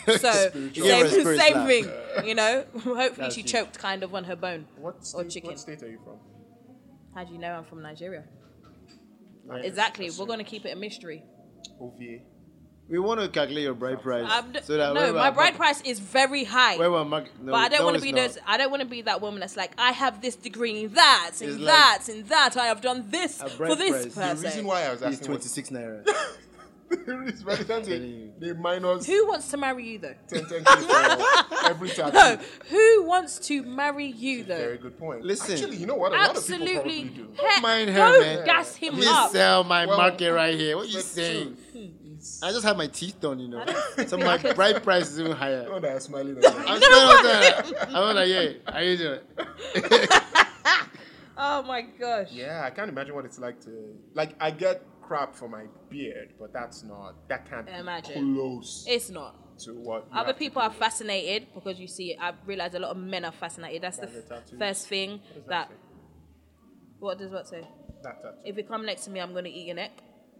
Speaker 4: So, same,
Speaker 2: You gave her a spirit
Speaker 4: same
Speaker 2: slap.
Speaker 4: thing. You know? Hopefully
Speaker 2: That's
Speaker 4: she
Speaker 2: huge.
Speaker 4: choked kind of on her bone.
Speaker 1: What
Speaker 4: Or
Speaker 1: state,
Speaker 4: chicken.
Speaker 1: what state are you from?
Speaker 4: How do you know I'm from Nigeria?
Speaker 1: I-
Speaker 4: Exactly. We're going to keep it a mystery.
Speaker 1: OVA.
Speaker 2: We want to calculate your bride price.
Speaker 4: I'm d-
Speaker 2: so that
Speaker 4: no,
Speaker 2: when we're
Speaker 4: my bride
Speaker 2: mark-
Speaker 4: price is very high.
Speaker 2: when we're mark- no,
Speaker 4: But I don't
Speaker 2: no,
Speaker 4: want to
Speaker 2: it's
Speaker 4: be
Speaker 2: not.
Speaker 4: those. I don't want to be that woman that's like, I have this degree in that,
Speaker 2: It's
Speaker 4: in
Speaker 2: like-
Speaker 4: that, in that. I have done this
Speaker 2: A
Speaker 4: for
Speaker 2: bride
Speaker 4: this
Speaker 2: price. The
Speaker 1: The
Speaker 4: person.
Speaker 1: reason why I was
Speaker 2: It's
Speaker 1: asking was
Speaker 2: 26 naira.
Speaker 1: the reason by the time
Speaker 2: Telling you.
Speaker 1: they, they minus
Speaker 4: Who wants to marry you though?
Speaker 1: 10, 10 K for every tattoo.
Speaker 4: No, who wants to marry you though?
Speaker 1: Very good point.
Speaker 2: Listen.
Speaker 1: Actually, you know what? A lot of
Speaker 4: Absolutely.
Speaker 1: people probably do.
Speaker 4: Heck,
Speaker 2: Mind her,
Speaker 4: go
Speaker 2: man.
Speaker 4: gas him
Speaker 2: You
Speaker 4: up.
Speaker 2: sell my
Speaker 1: Well,
Speaker 2: market right here. What you
Speaker 1: But
Speaker 2: saying?
Speaker 1: true, it's-
Speaker 2: I just had my teeth done, you know.
Speaker 4: don't
Speaker 2: So
Speaker 4: think
Speaker 2: my
Speaker 4: I can-
Speaker 2: bride price is even higher.
Speaker 1: Oh, no, I'm smiling. at you.
Speaker 2: I'm sorry, I'm was like, yeah, how you doing?
Speaker 4: Oh my gosh.
Speaker 1: yeah, I can't imagine what it's like to like. I get crap for my beard, but that's not that can't
Speaker 4: Imagine.
Speaker 1: be close
Speaker 4: It's not.
Speaker 1: to what you have
Speaker 4: Other
Speaker 1: to
Speaker 4: people
Speaker 1: do.
Speaker 4: are fascinated because you see, I realize a lot of men are fascinated. That's the
Speaker 1: By the tattoos.
Speaker 4: f- first thing
Speaker 1: What does
Speaker 4: that.
Speaker 1: that
Speaker 4: What does what say?
Speaker 1: That tattoo.
Speaker 4: If you come next to me, I'm gonna eat your neck.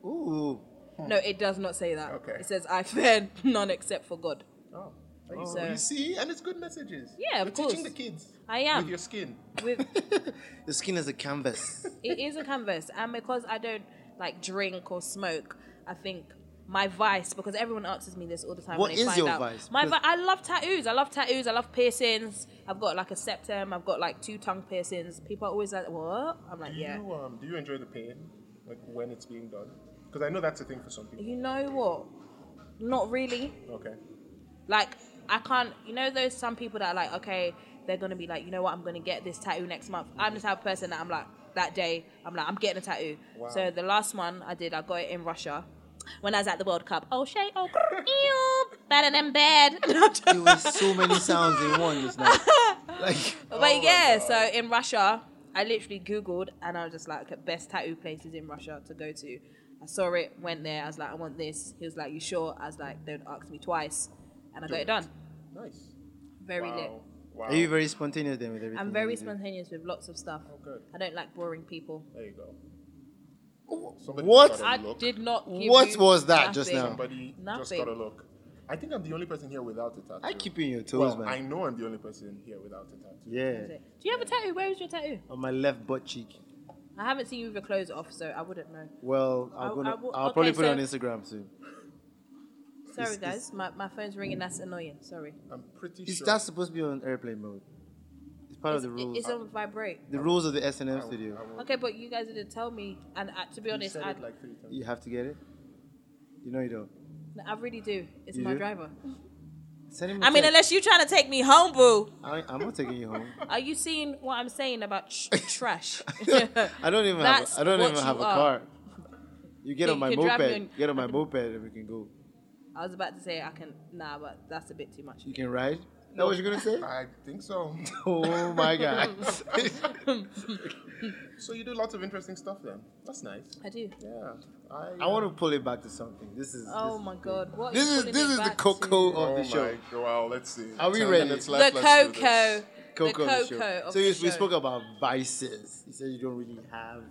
Speaker 2: Ooh.
Speaker 4: No, it does not say that.
Speaker 1: Hmm. Okay.
Speaker 4: It says, I fear none except for God.
Speaker 1: Oh, there you,
Speaker 4: So-
Speaker 1: go. you see, and it's good messages.
Speaker 4: Yeah, of
Speaker 1: You're teaching
Speaker 4: course.
Speaker 1: the kids
Speaker 4: I am.
Speaker 1: with your skin.
Speaker 4: With,
Speaker 2: The skin is a canvas.
Speaker 4: it is a canvas. And because I don't like drink or smoke, I think my vice, because everyone asks me this all the time.
Speaker 2: What
Speaker 4: when they
Speaker 2: is
Speaker 4: find
Speaker 2: your
Speaker 4: out.
Speaker 2: vice?
Speaker 4: My
Speaker 2: Because-
Speaker 4: vi- I love tattoos. I love tattoos. I love piercings. I've got like a septum. I've got like two tongue piercings. People are always like, what? I'm like,
Speaker 1: Do
Speaker 4: yeah.
Speaker 1: you um, do you enjoy the pain, like when it's being done? Because I know that's a thing for some people.
Speaker 4: You know what? Not really.
Speaker 1: Okay.
Speaker 4: Like, I can't, you know, there's some people that are like, okay, they're gonna be like, you know what, I'm gonna get this tattoo next month. I'm the type of person that I'm like, that day, I'm like, I'm getting a tattoo.
Speaker 1: Wow.
Speaker 4: So the last one I did, I got it in Russia when I was at the World Cup. Oh, Shay, oh, ew, better than bad.
Speaker 2: There were so many sounds in one just now. Like,
Speaker 1: Oh
Speaker 4: but yeah, so in Russia, I literally Googled and I was just like, okay, best tattoo places in Russia to go to. I saw it, went there. I was like, I want this. He was like, you sure? I was like, don't ask me twice, and I got it done.
Speaker 1: Nice.
Speaker 4: Very
Speaker 1: wow.
Speaker 4: lit.
Speaker 1: Wow.
Speaker 2: Are you very spontaneous then with everything?
Speaker 4: I'm very
Speaker 2: you do?
Speaker 4: spontaneous with lots of stuff.
Speaker 1: Oh, good.
Speaker 4: I don't like boring people.
Speaker 1: There you go. Somebody
Speaker 2: Oh, what?
Speaker 1: just
Speaker 4: I
Speaker 1: gotta look.
Speaker 4: did not. Give
Speaker 2: What
Speaker 4: you
Speaker 2: was that just
Speaker 4: nothing.
Speaker 2: now?
Speaker 1: Somebody just
Speaker 4: Nothing.
Speaker 1: gotta look. I think I'm the only person here without a tattoo.
Speaker 2: I keep you in your toes,
Speaker 1: well,
Speaker 2: man.
Speaker 1: I know I'm the only person here without a tattoo.
Speaker 2: Yeah.
Speaker 4: Do you have a tattoo? Where is your tattoo?
Speaker 2: On my left butt cheek.
Speaker 4: I haven't seen you with your clothes off, so I wouldn't know.
Speaker 2: Well,
Speaker 4: I-
Speaker 2: I'm gonna,
Speaker 4: I
Speaker 2: I
Speaker 4: will-
Speaker 2: will
Speaker 4: okay,
Speaker 2: probably put it
Speaker 4: so-
Speaker 2: on Instagram soon.
Speaker 4: Sorry,
Speaker 2: It's-
Speaker 4: guys.
Speaker 2: it's-
Speaker 4: my, my phone's ringing. That's annoying. Sorry.
Speaker 1: I'm pretty
Speaker 2: Is
Speaker 1: sure.
Speaker 2: that supposed to be on airplane mode? It's part
Speaker 4: It's-
Speaker 2: of the
Speaker 4: it-
Speaker 2: rules.
Speaker 4: It's on vibrate.
Speaker 2: the rules of the S and
Speaker 1: I
Speaker 2: M
Speaker 1: will-
Speaker 2: studio.
Speaker 1: I will-
Speaker 4: Okay, but you guys didn't tell me. And uh, to be
Speaker 1: you
Speaker 4: honest,
Speaker 1: said
Speaker 4: I,
Speaker 1: it like three times.
Speaker 2: You have to get it. You know you don't.
Speaker 4: I really do. It's
Speaker 2: You
Speaker 4: my
Speaker 2: do?
Speaker 4: driver.
Speaker 2: Send him. a
Speaker 4: I mean,
Speaker 2: text.
Speaker 4: unless you're trying to take me home, boo.
Speaker 2: I, I'm not taking you home.
Speaker 4: Are you seeing what I'm saying about tr- trash?
Speaker 2: I don't even have.
Speaker 4: That's
Speaker 2: I don't
Speaker 4: what
Speaker 2: even
Speaker 4: you
Speaker 2: have a
Speaker 4: are.
Speaker 2: car. You get
Speaker 4: So
Speaker 2: on
Speaker 4: you
Speaker 2: my
Speaker 4: can drive
Speaker 2: moped.
Speaker 4: me on-
Speaker 2: Get on my moped, and we can go.
Speaker 4: I was about to say I can. Nah, but that's a bit too much.
Speaker 2: You can ride. That what you're gonna say?
Speaker 1: I think so.
Speaker 2: Oh my god.
Speaker 1: so you do lots of interesting stuff then. That's nice.
Speaker 4: I do.
Speaker 1: Yeah. I,
Speaker 2: I want to pull it back to something. This is.
Speaker 4: Oh
Speaker 2: this,
Speaker 4: my god. What
Speaker 2: This
Speaker 4: are you
Speaker 2: is
Speaker 4: pulling
Speaker 2: this
Speaker 4: it
Speaker 2: is the
Speaker 4: back to?
Speaker 2: cocoa
Speaker 1: Oh
Speaker 2: of the
Speaker 1: my
Speaker 2: show.
Speaker 1: god! Wow, let's see.
Speaker 2: Are we
Speaker 1: Ten
Speaker 2: ready?
Speaker 1: minutes
Speaker 4: The
Speaker 1: left, let's do
Speaker 4: cocoa.
Speaker 1: this.
Speaker 2: Cocoa
Speaker 4: the
Speaker 2: of
Speaker 4: cocoa.
Speaker 2: the show.
Speaker 4: of
Speaker 2: so
Speaker 4: the
Speaker 2: you, we
Speaker 4: show.
Speaker 2: spoke about vices. You said you don't really have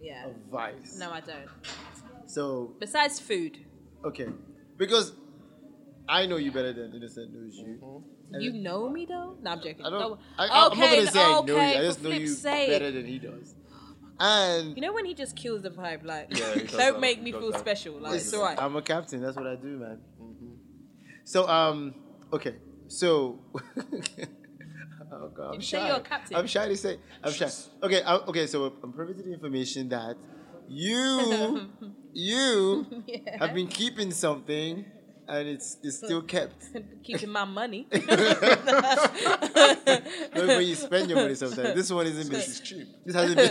Speaker 4: Yeah.
Speaker 2: a vice.
Speaker 4: No, I don't.
Speaker 2: So
Speaker 4: Besides food,
Speaker 2: okay, because I know you better than innocent knows you. And
Speaker 4: you know me though. No, I'm joking.
Speaker 2: I don't.
Speaker 4: Don't-
Speaker 2: I, I, I'm not
Speaker 4: okay,
Speaker 2: gonna say I know you.
Speaker 4: okay,
Speaker 2: I just
Speaker 4: for
Speaker 2: know you
Speaker 4: flip's sake.
Speaker 2: better than he does. And
Speaker 4: You know when he just kills the vibe, like
Speaker 1: Yeah, he does
Speaker 4: don't
Speaker 1: that.
Speaker 4: make
Speaker 1: He
Speaker 4: me
Speaker 1: does
Speaker 4: feel
Speaker 1: that.
Speaker 4: special. Like it's
Speaker 2: Listen,
Speaker 4: alright.
Speaker 2: I'm a captain. That's what I do, man. Mm-hmm. So um, okay. So. Oh God, I'm
Speaker 4: you
Speaker 2: shy.
Speaker 4: say you're a captain?
Speaker 2: I'm shy to say. I'm shy. Okay, I, okay. So I'm privy to the information that you, you
Speaker 4: Yeah.
Speaker 2: have been keeping something, and it's it's still kept.
Speaker 4: Keeping my money.
Speaker 2: Not when you spend your money sometimes. This one isn't been.
Speaker 1: She's cheap.
Speaker 2: This hasn't been.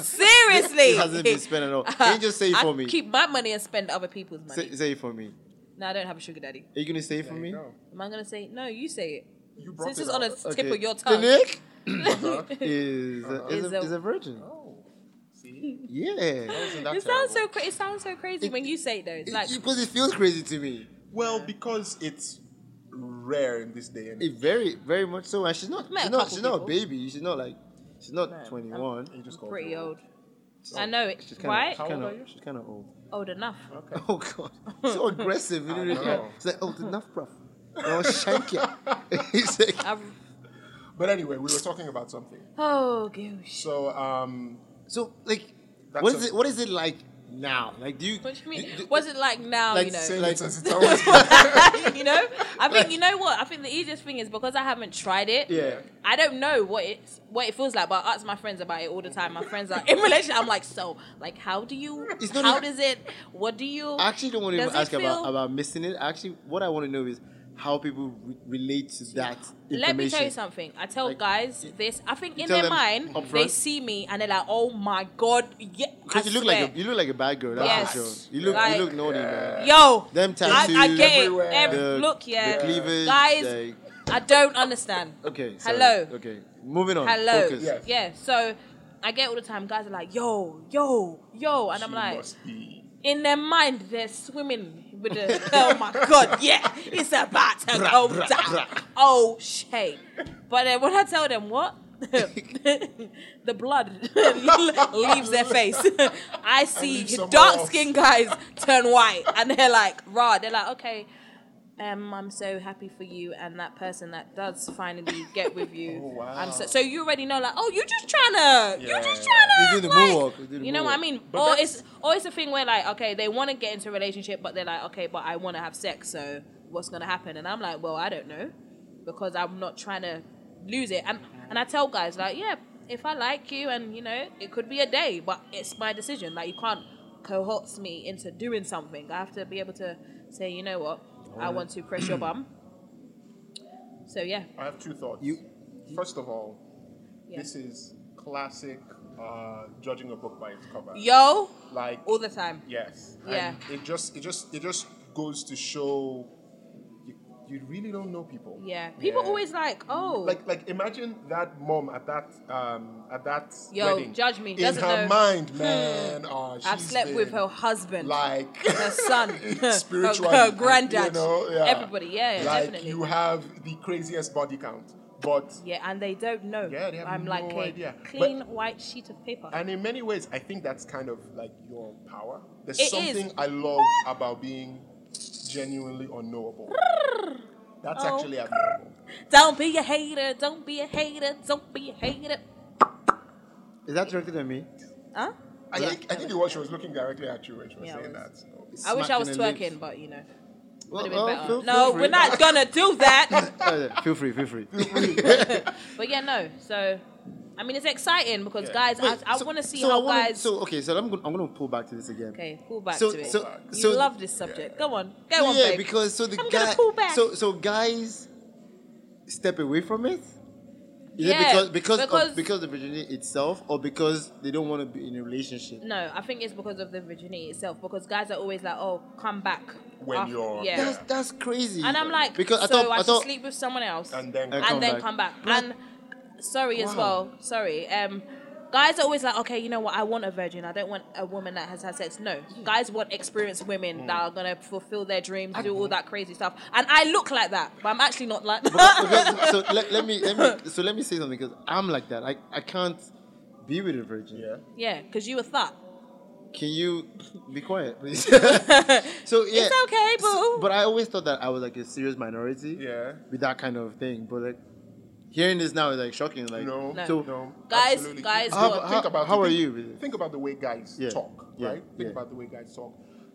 Speaker 4: Seriously,
Speaker 2: It hasn't been spent at all. Can you just say it
Speaker 4: I
Speaker 2: for me?
Speaker 4: Keep my money and spend other people's money.
Speaker 2: Say, say it for me.
Speaker 4: no, I don't have a sugar daddy.
Speaker 2: Are you gonna say it for
Speaker 1: There
Speaker 2: me?
Speaker 1: you go.
Speaker 4: Am I gonna say no? You say it.
Speaker 1: You brought
Speaker 4: Since
Speaker 1: it
Speaker 4: it's on a
Speaker 1: up.
Speaker 4: tip of your
Speaker 2: The
Speaker 4: tongue.
Speaker 2: Nick
Speaker 1: Uh-huh.
Speaker 2: is, a, is,
Speaker 4: Is
Speaker 2: a,
Speaker 4: a-
Speaker 2: is a virgin.
Speaker 1: Oh, see,
Speaker 2: Yeah.
Speaker 1: Isn't that
Speaker 4: It sounds so
Speaker 1: terrible?
Speaker 4: cra- it sounds so crazy
Speaker 2: It-
Speaker 4: when you say it though. It's like
Speaker 2: Because it, feels crazy to me.
Speaker 1: well because it's rare in this day and
Speaker 2: It very, very much so. And she's not,
Speaker 4: Met a
Speaker 2: she's not,
Speaker 4: couple
Speaker 2: she's not a
Speaker 4: people.
Speaker 2: baby. She's not like, she's not
Speaker 4: No, I'm-
Speaker 2: 21.
Speaker 1: you just
Speaker 4: I'm
Speaker 1: called
Speaker 4: pretty
Speaker 1: you
Speaker 4: old. I know it,
Speaker 2: She's
Speaker 4: right?
Speaker 2: kind
Speaker 1: How old are
Speaker 2: of,
Speaker 1: you?
Speaker 2: she's kind of old.
Speaker 4: Old enough.
Speaker 1: Okay.
Speaker 2: Oh God, so aggressive. You
Speaker 1: I
Speaker 2: know?
Speaker 1: know.
Speaker 2: It's like "Oh, old enough, bruv. I was shanking. Oh, It's like,
Speaker 4: I've,
Speaker 1: But anyway, we were talking about something.
Speaker 4: oh gosh.
Speaker 1: So um,
Speaker 2: so like,
Speaker 1: That's
Speaker 2: what is
Speaker 1: a-
Speaker 2: it? What is it like now? Like, do you?
Speaker 4: What do you mean?
Speaker 2: do-
Speaker 4: What's it like now?
Speaker 2: Like
Speaker 4: you know.
Speaker 2: say-
Speaker 1: same
Speaker 2: Like-
Speaker 1: as it's always
Speaker 4: you know, I think you know what. I think the easiest thing is because I haven't tried it.
Speaker 2: Yeah.
Speaker 4: I don't know what it's what it feels like, but I ask my friends about it all the time. My friends are in relation. I'm like, so, like, how do you?
Speaker 2: It's not
Speaker 4: How
Speaker 2: even-
Speaker 4: does it? What do you?
Speaker 2: I actually don't want to
Speaker 4: Does
Speaker 2: even
Speaker 4: it
Speaker 2: ask about,
Speaker 4: feel-
Speaker 2: about missing it. Actually, what I want to know is how people re- relate to that information.
Speaker 4: Let me tell you something. I tell
Speaker 2: Like,
Speaker 4: guys this. I think
Speaker 2: you
Speaker 4: in
Speaker 2: tell
Speaker 4: their
Speaker 2: them
Speaker 4: mind
Speaker 2: upfront?
Speaker 4: they see me and they're like, oh my god, yeah. I
Speaker 2: Because you look
Speaker 4: swear.
Speaker 2: like a, you look like a bad girl. That's for
Speaker 4: Yes.
Speaker 2: sure. You look
Speaker 4: Like-
Speaker 2: you look naughty, man.
Speaker 4: yo.
Speaker 2: Them
Speaker 4: I,
Speaker 2: tattoos.
Speaker 4: I get
Speaker 1: everywhere.
Speaker 4: it. Every,
Speaker 2: The-
Speaker 4: look, yeah,
Speaker 2: The cleavage.
Speaker 4: guys.
Speaker 2: like-
Speaker 4: I don't understand.
Speaker 2: okay. sorry.
Speaker 4: Hello.
Speaker 2: Okay. Moving on.
Speaker 4: Hello.
Speaker 2: Focus.
Speaker 1: Yes.
Speaker 4: Yeah, so I get all the time guys are like, yo, yo, yo. And I'm
Speaker 1: She
Speaker 4: like,
Speaker 1: must be.
Speaker 4: in their mind, they're swimming with the, oh my God, yeah, it's about to go
Speaker 2: brah,
Speaker 4: down.
Speaker 2: brah.
Speaker 4: Oh, shit. But then when I tell them what, the blood leaves their face. I see
Speaker 1: leaves somewhere
Speaker 4: dark
Speaker 1: else.
Speaker 4: skinned guys turn white and they're like, raw. They're like, okay. Um, I'm so happy for you and that person that does finally get with you.
Speaker 1: Oh, wow.
Speaker 4: I'm so, so you already know, like, oh, you're just trying to, you're just
Speaker 1: Yeah.
Speaker 4: trying to,
Speaker 2: You do the
Speaker 4: like,
Speaker 2: moonwalk, you do the
Speaker 4: you know what I
Speaker 2: moonwalk.
Speaker 4: mean?
Speaker 1: But
Speaker 4: or
Speaker 1: that's-
Speaker 4: it's or it's a thing where like, okay, they want to get into a relationship, but they're like, okay, but I want to have sex, so what's gonna happen? And I'm like, well, I don't know, because I'm not trying to lose it. And and I tell guys like, yeah, if I like you, and you know, it could be a day, but it's my decision. Like you can't coerce me into doing something. I have to be able to say, you know what, I want to press your bum. So yeah,
Speaker 1: I have two thoughts.
Speaker 2: You-
Speaker 1: First of all,
Speaker 4: Yeah.
Speaker 1: this is classic uh, judging a book by its cover.
Speaker 4: yo,
Speaker 1: Like
Speaker 4: all the time.
Speaker 1: yes.
Speaker 4: Yeah.
Speaker 1: And it just it just it just goes to show you, you really don't know people.
Speaker 4: Yeah. People
Speaker 2: Yeah.
Speaker 4: always like, oh,
Speaker 1: Like, like imagine that mom at that um at that
Speaker 4: Yo,
Speaker 1: wedding.
Speaker 4: judge me,
Speaker 1: In
Speaker 4: doesn't
Speaker 1: her
Speaker 4: know. Hmm.
Speaker 1: mind, man. oh,
Speaker 4: I've
Speaker 1: she's
Speaker 4: slept with
Speaker 1: been
Speaker 4: her husband,
Speaker 1: Like
Speaker 4: her son,
Speaker 1: spiritual,
Speaker 4: her, her granddad,
Speaker 1: you know, yeah.
Speaker 4: everybody. Yeah, yeah,
Speaker 1: like
Speaker 4: definitely.
Speaker 1: you have the craziest body count, but
Speaker 4: yeah, and they don't know.
Speaker 1: Yeah, they have
Speaker 4: I'm
Speaker 1: no
Speaker 4: like a
Speaker 1: idea. But-
Speaker 4: clean white sheet of paper.
Speaker 1: And in many ways, I think that's kind of like your power. There's
Speaker 4: It is.
Speaker 1: something I love about being genuinely unknowable. That's
Speaker 4: Oh.
Speaker 1: actually admirable.
Speaker 4: don't be a hater. Don't be a hater. Don't be a hater.
Speaker 2: Is that directed at me?
Speaker 4: Huh?
Speaker 1: I think, I think it was she was looking directly at you when she was
Speaker 4: Yeah, I
Speaker 1: saying
Speaker 4: was.
Speaker 1: that. so.
Speaker 4: I wish I was
Speaker 2: Smacking her lips.
Speaker 4: twerking, but you know,
Speaker 2: Well,
Speaker 4: would've been
Speaker 2: well,
Speaker 4: better.
Speaker 2: feel-
Speaker 4: no,
Speaker 2: feel
Speaker 4: we're
Speaker 2: free.
Speaker 4: not gonna do that.
Speaker 2: Oh, yeah, feel free, feel free.
Speaker 4: but yeah, no. So, I mean, it's exciting because
Speaker 1: Yeah.
Speaker 4: guys,
Speaker 2: Wait,
Speaker 4: I, I
Speaker 2: so-
Speaker 4: want to see
Speaker 2: so I
Speaker 4: how
Speaker 2: wanna-
Speaker 4: guys.
Speaker 2: So okay, so I'm gonna, I'm gonna pull back to this again.
Speaker 4: okay, pull back
Speaker 2: so-
Speaker 4: to it.
Speaker 2: so-
Speaker 4: you
Speaker 2: so-
Speaker 4: love this subject. Go on, go on,
Speaker 2: yeah,
Speaker 4: babe.
Speaker 2: because so the
Speaker 4: I'm
Speaker 2: guy.
Speaker 4: gonna pull back.
Speaker 2: So so guys step away from it. Is
Speaker 4: Yeah,
Speaker 2: it because because of-
Speaker 4: because-
Speaker 2: because the virginity itself, or because they don't want to be in a relationship?
Speaker 4: No, I think it's because of the virginity itself. Because guys are always like, "Oh, come back
Speaker 1: When
Speaker 4: after-
Speaker 1: you're-
Speaker 4: yeah."
Speaker 2: That's that's crazy.
Speaker 4: and I'm like,
Speaker 2: because I
Speaker 4: so
Speaker 2: thought
Speaker 4: I,
Speaker 2: I
Speaker 4: should
Speaker 2: thought
Speaker 4: sleep with someone else
Speaker 1: And then
Speaker 4: and
Speaker 2: come
Speaker 4: then
Speaker 2: back.
Speaker 4: come back.
Speaker 2: But-
Speaker 4: And sorry
Speaker 2: Wow.
Speaker 4: as well, sorry. Um, guys are always like, okay, you know what? I want a virgin. I don't want a woman that has had sex. No,
Speaker 1: Hmm.
Speaker 4: guys want experienced women that are gonna fulfill their dreams, do all that crazy stuff. And I look like that, but I'm actually not like that.
Speaker 2: Okay, so let, let me let me so let me say something because I'm like that. I, I can't be with a virgin.
Speaker 1: Yeah.
Speaker 4: yeah, because you were thought.
Speaker 2: Can you be quiet, please? so yeah,
Speaker 4: It's okay, boo.
Speaker 2: But I always thought that I was like a serious minority.
Speaker 1: Yeah.
Speaker 2: with that kind of thing. But like hearing this now is like shocking. Like
Speaker 1: No,
Speaker 4: No.
Speaker 2: so
Speaker 1: no,
Speaker 4: Guys,
Speaker 1: absolutely.
Speaker 4: guys
Speaker 2: How-
Speaker 4: want-
Speaker 2: how- how
Speaker 1: it.
Speaker 2: are
Speaker 1: Think-
Speaker 2: you with it?
Speaker 1: Think about the way guys
Speaker 2: Yeah,
Speaker 1: talk,
Speaker 2: yeah,
Speaker 1: right? Think
Speaker 2: yeah.
Speaker 1: about the way guys talk.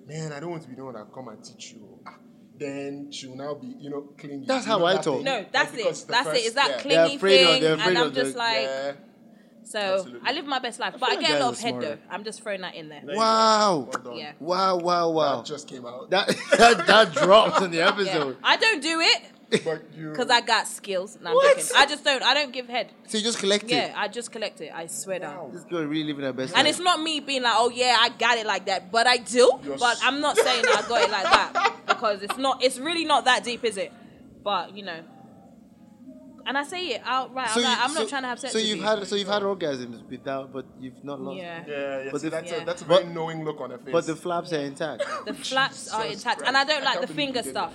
Speaker 1: Man, I don't want to be the one that come and teach you. Ah, then she'll now be, you know, clingy.
Speaker 2: That's
Speaker 1: You
Speaker 2: how
Speaker 1: know
Speaker 2: I
Speaker 1: that
Speaker 2: talk.
Speaker 1: thing?
Speaker 4: No,
Speaker 1: Like,
Speaker 4: that's
Speaker 1: because
Speaker 4: it.
Speaker 1: the
Speaker 4: That's it.
Speaker 1: first-
Speaker 4: It's that
Speaker 1: yeah.
Speaker 2: They're
Speaker 4: clingy
Speaker 2: afraid of-
Speaker 4: thing,
Speaker 2: they're
Speaker 4: and
Speaker 2: afraid
Speaker 4: I'm
Speaker 2: of
Speaker 4: just
Speaker 2: the-
Speaker 4: like,
Speaker 1: Yeah.
Speaker 4: so
Speaker 1: Absolutely.
Speaker 4: I live my best life, but I,
Speaker 2: feel like
Speaker 4: get a
Speaker 2: guys
Speaker 4: lot
Speaker 2: are
Speaker 4: of head though.
Speaker 2: smarter.
Speaker 4: I'm just throwing that in there.
Speaker 2: wow,
Speaker 1: Well done.
Speaker 4: Yeah.
Speaker 2: wow, wow, wow.
Speaker 1: That just came out.
Speaker 2: That that, that dropped in the
Speaker 4: Yeah.
Speaker 2: episode.
Speaker 4: I don't do it
Speaker 1: but you.
Speaker 4: because I got skills. Nah, I'm
Speaker 2: What?
Speaker 4: joking. I just don't. I don't give head.
Speaker 2: So you just collected.
Speaker 4: Yeah, I just collect it. I swear down.
Speaker 1: Wow.
Speaker 2: This girl really living her best
Speaker 4: And
Speaker 2: life.
Speaker 4: it's not me being like, oh yeah, I got it like that, but I do.
Speaker 1: You're
Speaker 4: But
Speaker 1: s-
Speaker 4: I'm not saying I got it like that because it's not. It's really not that deep, is it? But you know, and I say it outright. I'm,
Speaker 2: you-
Speaker 4: like, I'm
Speaker 2: so-
Speaker 4: not trying to have sex.
Speaker 2: So
Speaker 4: with
Speaker 2: you've
Speaker 4: you.
Speaker 2: had so you've had orgasms without, but you've not lost.
Speaker 4: Yeah.
Speaker 1: Yeah, yeah.
Speaker 2: But
Speaker 1: see,
Speaker 2: the-
Speaker 1: that's,
Speaker 4: Yeah.
Speaker 1: A, that's a
Speaker 2: But-
Speaker 1: very knowing look on her face.
Speaker 2: But the flaps are intact.
Speaker 4: The flaps are
Speaker 1: Jesus
Speaker 4: intact, and I
Speaker 1: Christ.
Speaker 4: don't
Speaker 1: I
Speaker 4: like
Speaker 1: can't
Speaker 4: the
Speaker 1: believe
Speaker 4: finger
Speaker 1: you did
Speaker 4: stuff.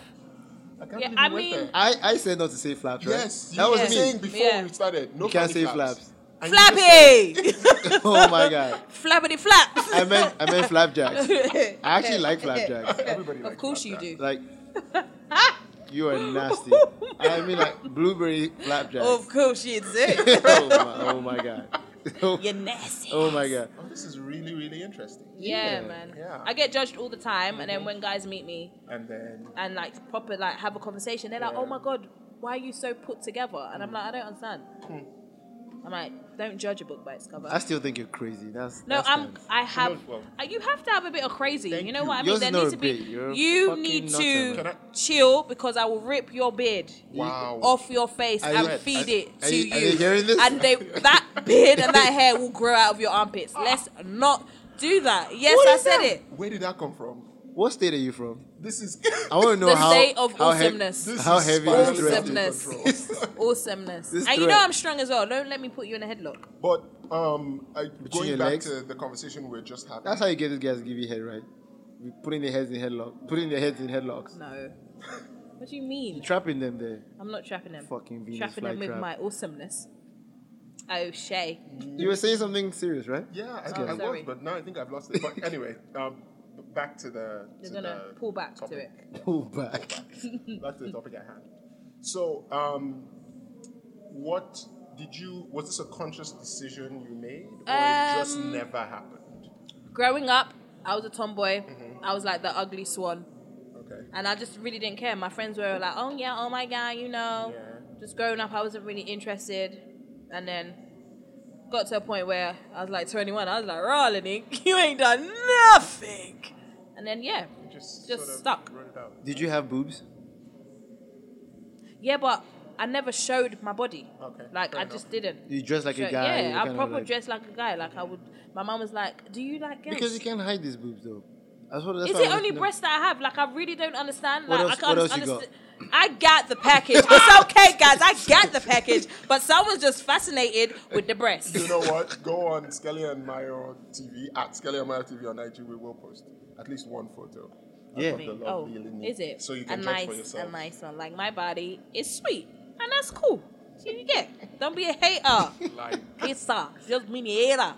Speaker 1: I can't
Speaker 4: Yeah,
Speaker 1: believe
Speaker 4: I
Speaker 1: you went
Speaker 4: mean-
Speaker 1: there.
Speaker 2: I, I said not to say flaps, right?
Speaker 1: Yes, you
Speaker 2: that was
Speaker 1: were
Speaker 2: me.
Speaker 1: saying before
Speaker 4: Yeah.
Speaker 1: we started. No
Speaker 2: You can't
Speaker 1: flappy
Speaker 2: say flaps.
Speaker 1: And you just said-
Speaker 4: Flappy,
Speaker 2: oh my god!
Speaker 4: flappity flaps.
Speaker 2: I meant I meant flapjacks.
Speaker 4: I
Speaker 2: I actually like flapjacks.
Speaker 1: Everybody
Speaker 4: Of
Speaker 1: likes
Speaker 4: course you
Speaker 1: flapjacks.
Speaker 4: do.
Speaker 2: Like you are nasty. I mean like blueberry flapjacks.
Speaker 4: Of course you do.
Speaker 2: oh, my, oh my god.
Speaker 4: You're nasty.
Speaker 2: oh my god.
Speaker 1: Oh, this is really, really interesting.
Speaker 4: Yeah,
Speaker 2: Yeah. Mm-hmm.
Speaker 4: man.
Speaker 1: Yeah.
Speaker 4: I get judged all the time, and then when guys meet me
Speaker 1: And then
Speaker 4: and like proper like have a conversation, they're like,
Speaker 1: Yeah.
Speaker 4: "Oh my god, why are you so put together?" And
Speaker 2: Mm.
Speaker 4: I'm like, "I don't understand."
Speaker 2: Hmm.
Speaker 4: I'm like, "Don't judge a book by its cover."
Speaker 2: I still think you're crazy. That's
Speaker 4: no,
Speaker 2: that's
Speaker 4: I'm.
Speaker 2: nice.
Speaker 4: I have.
Speaker 1: know, well-
Speaker 4: uh, you have to have a bit of crazy.
Speaker 1: Thank
Speaker 4: You know
Speaker 1: you.
Speaker 4: what I mean?
Speaker 2: Yours is
Speaker 4: there
Speaker 2: not
Speaker 4: needs
Speaker 2: a
Speaker 4: to be.
Speaker 2: bit. You're a
Speaker 4: you
Speaker 2: fucking
Speaker 4: need
Speaker 2: nutter.
Speaker 4: to
Speaker 1: Can I-
Speaker 4: chill because I will rip your beard.
Speaker 1: Wow.
Speaker 4: Off your face
Speaker 2: Are
Speaker 4: and
Speaker 2: you-
Speaker 4: feed
Speaker 2: are-
Speaker 4: it
Speaker 2: are
Speaker 4: to
Speaker 2: you-
Speaker 4: you.
Speaker 2: are you hearing this?
Speaker 4: And they, that beard and that hair will grow out of your armpits. Let's not do that. Yes,
Speaker 1: What
Speaker 4: I
Speaker 1: is
Speaker 4: said
Speaker 1: that?
Speaker 4: it.
Speaker 1: Where did that come from?
Speaker 2: What state are you from?
Speaker 1: This is.
Speaker 2: I want to know
Speaker 4: The
Speaker 2: how
Speaker 4: state of
Speaker 2: how hea-
Speaker 4: awesomeness.
Speaker 1: this
Speaker 2: how
Speaker 1: is
Speaker 2: heavy
Speaker 1: spirally
Speaker 2: this dress is.
Speaker 1: out of
Speaker 4: Awesomeness.
Speaker 1: control.
Speaker 4: Awesomeness.
Speaker 2: This
Speaker 4: and you
Speaker 2: threat.
Speaker 4: know I'm strong as well. Don't let me put you in a headlock.
Speaker 1: but um, I,
Speaker 2: your
Speaker 1: going back
Speaker 2: legs?
Speaker 1: to the conversation we are just having.
Speaker 2: That's how you get these guys to give you head right. We putting their heads in headlock, putting their heads in headlocks,
Speaker 4: No. What do you mean?
Speaker 2: trapping them there.
Speaker 4: I'm not trapping them.
Speaker 2: Fucking Venus
Speaker 4: trapping them with
Speaker 2: flytrap.
Speaker 4: my awesomeness. Oh, Shay.
Speaker 2: You were saying something serious, right?
Speaker 1: yeah, I, I
Speaker 4: Oh,
Speaker 1: was,
Speaker 4: sorry.
Speaker 1: but now I think I've lost it. But anyway, um, b- back to the. to
Speaker 4: They're going to
Speaker 1: the
Speaker 4: pull back
Speaker 1: topic.
Speaker 4: to it.
Speaker 2: Pull back.
Speaker 1: back to the topic at hand. So, um, what did you? Was this a conscious decision you made, or it just
Speaker 4: Um,
Speaker 1: never happened?
Speaker 4: Growing up, I was a tomboy.
Speaker 2: Mm-hmm.
Speaker 4: I was like the ugly swan.
Speaker 1: Okay.
Speaker 4: And I just really didn't care. My friends were like, oh, yeah, oh my God, you know.
Speaker 1: Yeah.
Speaker 4: Just growing up, I wasn't really interested. And then got to a point where I was like 21. I was like, Rolling, you ain't done nothing. And then, yeah,
Speaker 1: You Just,
Speaker 4: Just
Speaker 1: sort of
Speaker 4: stuck.
Speaker 1: wrote it out.
Speaker 2: Did you have boobs?
Speaker 4: Yeah, but I never showed my body.
Speaker 1: Okay,
Speaker 4: Like
Speaker 1: fair
Speaker 4: I
Speaker 1: enough.
Speaker 4: just didn't.
Speaker 2: You dress like
Speaker 4: show-
Speaker 2: a guy. you
Speaker 4: Yeah, I
Speaker 2: kinda
Speaker 4: proper
Speaker 2: like-
Speaker 4: dressed like a guy. Like I would. My mom was like, "Do you like girls?"
Speaker 2: Because you can't hide these boobs though. That's what, that's
Speaker 4: Is
Speaker 2: what I
Speaker 4: it
Speaker 2: wanted
Speaker 4: only
Speaker 2: to know.
Speaker 4: breasts that I have? Like, I really don't understand.
Speaker 2: What
Speaker 4: Like,
Speaker 2: else-
Speaker 4: I can't
Speaker 2: what else you
Speaker 4: understand. I got the package. It's okay, guys. I got the package. But someone's just fascinated with the breasts.
Speaker 1: You know what? Go on Skelly and Mayo TV at Skelly and Mayo TV on IG. We will post at least one photo.
Speaker 2: Yeah.
Speaker 1: of the
Speaker 4: Oh,
Speaker 1: lovely Lini.
Speaker 4: is it?
Speaker 1: So you can
Speaker 4: a
Speaker 1: judge
Speaker 4: nice,
Speaker 1: for yourself.
Speaker 4: A nice one. Like, my body is sweet. And that's cool. So you get. Don't be a hater.
Speaker 1: Like,
Speaker 4: Hater. Just mean hater.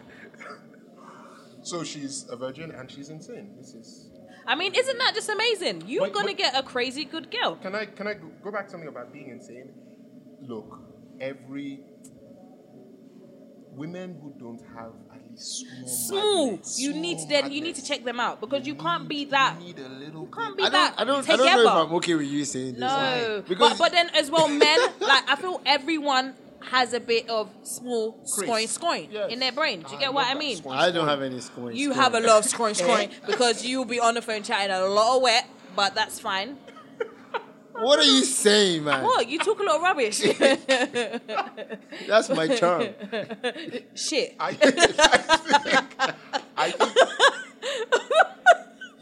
Speaker 1: so she's a virgin and she's insane. This is.
Speaker 4: I mean, isn't that just amazing? You're
Speaker 1: Wait,
Speaker 4: going to
Speaker 1: wait.
Speaker 4: get a crazy good girl.
Speaker 2: Oh,
Speaker 1: Can I can I go go back to something about being insane? Look, every women who don't have at least small
Speaker 4: Smooth.
Speaker 1: madness,
Speaker 4: You
Speaker 1: small
Speaker 2: Oh,
Speaker 4: need to then you need to
Speaker 1: madness,
Speaker 4: check them out because you can't be
Speaker 1: need-
Speaker 4: that.
Speaker 1: you need a little
Speaker 4: You can't
Speaker 1: bit.
Speaker 2: I
Speaker 4: be that
Speaker 2: don't, I don't, I
Speaker 4: together.
Speaker 2: don't know if I'm okay with you saying this.
Speaker 4: No,
Speaker 2: like,
Speaker 4: but,
Speaker 2: because
Speaker 4: but then as well, men like I feel everyone has a bit of small scoring scoring
Speaker 1: Yes.
Speaker 4: in their brain. Do you
Speaker 1: I
Speaker 4: get what
Speaker 1: love
Speaker 4: I
Speaker 1: that
Speaker 4: mean?
Speaker 1: scoring.
Speaker 2: I don't have any scoring.
Speaker 4: You
Speaker 2: scoring.
Speaker 4: have a lot of scoring scoring because you'll be on the phone chatting a lot of wet, but that's fine.
Speaker 2: What are you saying, man?
Speaker 4: What you talk a lot of rubbish.
Speaker 2: That's my charm.
Speaker 4: Shit.
Speaker 1: I, I think I think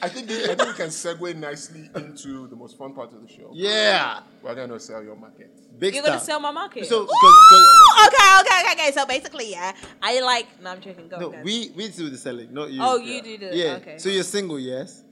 Speaker 1: I think, I think we can segue nicely into the most fun part of the show.
Speaker 2: Yeah,
Speaker 1: We're gonna sell your market.
Speaker 2: big
Speaker 4: You're
Speaker 2: star.
Speaker 4: gonna sell my market.
Speaker 2: So,
Speaker 4: Ooh,
Speaker 2: 'cause- 'cause-
Speaker 4: okay, okay, okay, okay. So basically, yeah, I like. No, I'm joking. Go.
Speaker 2: no,
Speaker 4: guys.
Speaker 2: we we do the selling, not you.
Speaker 4: Oh, you do the-
Speaker 2: Yeah.
Speaker 4: okay.
Speaker 2: So you're single, yes?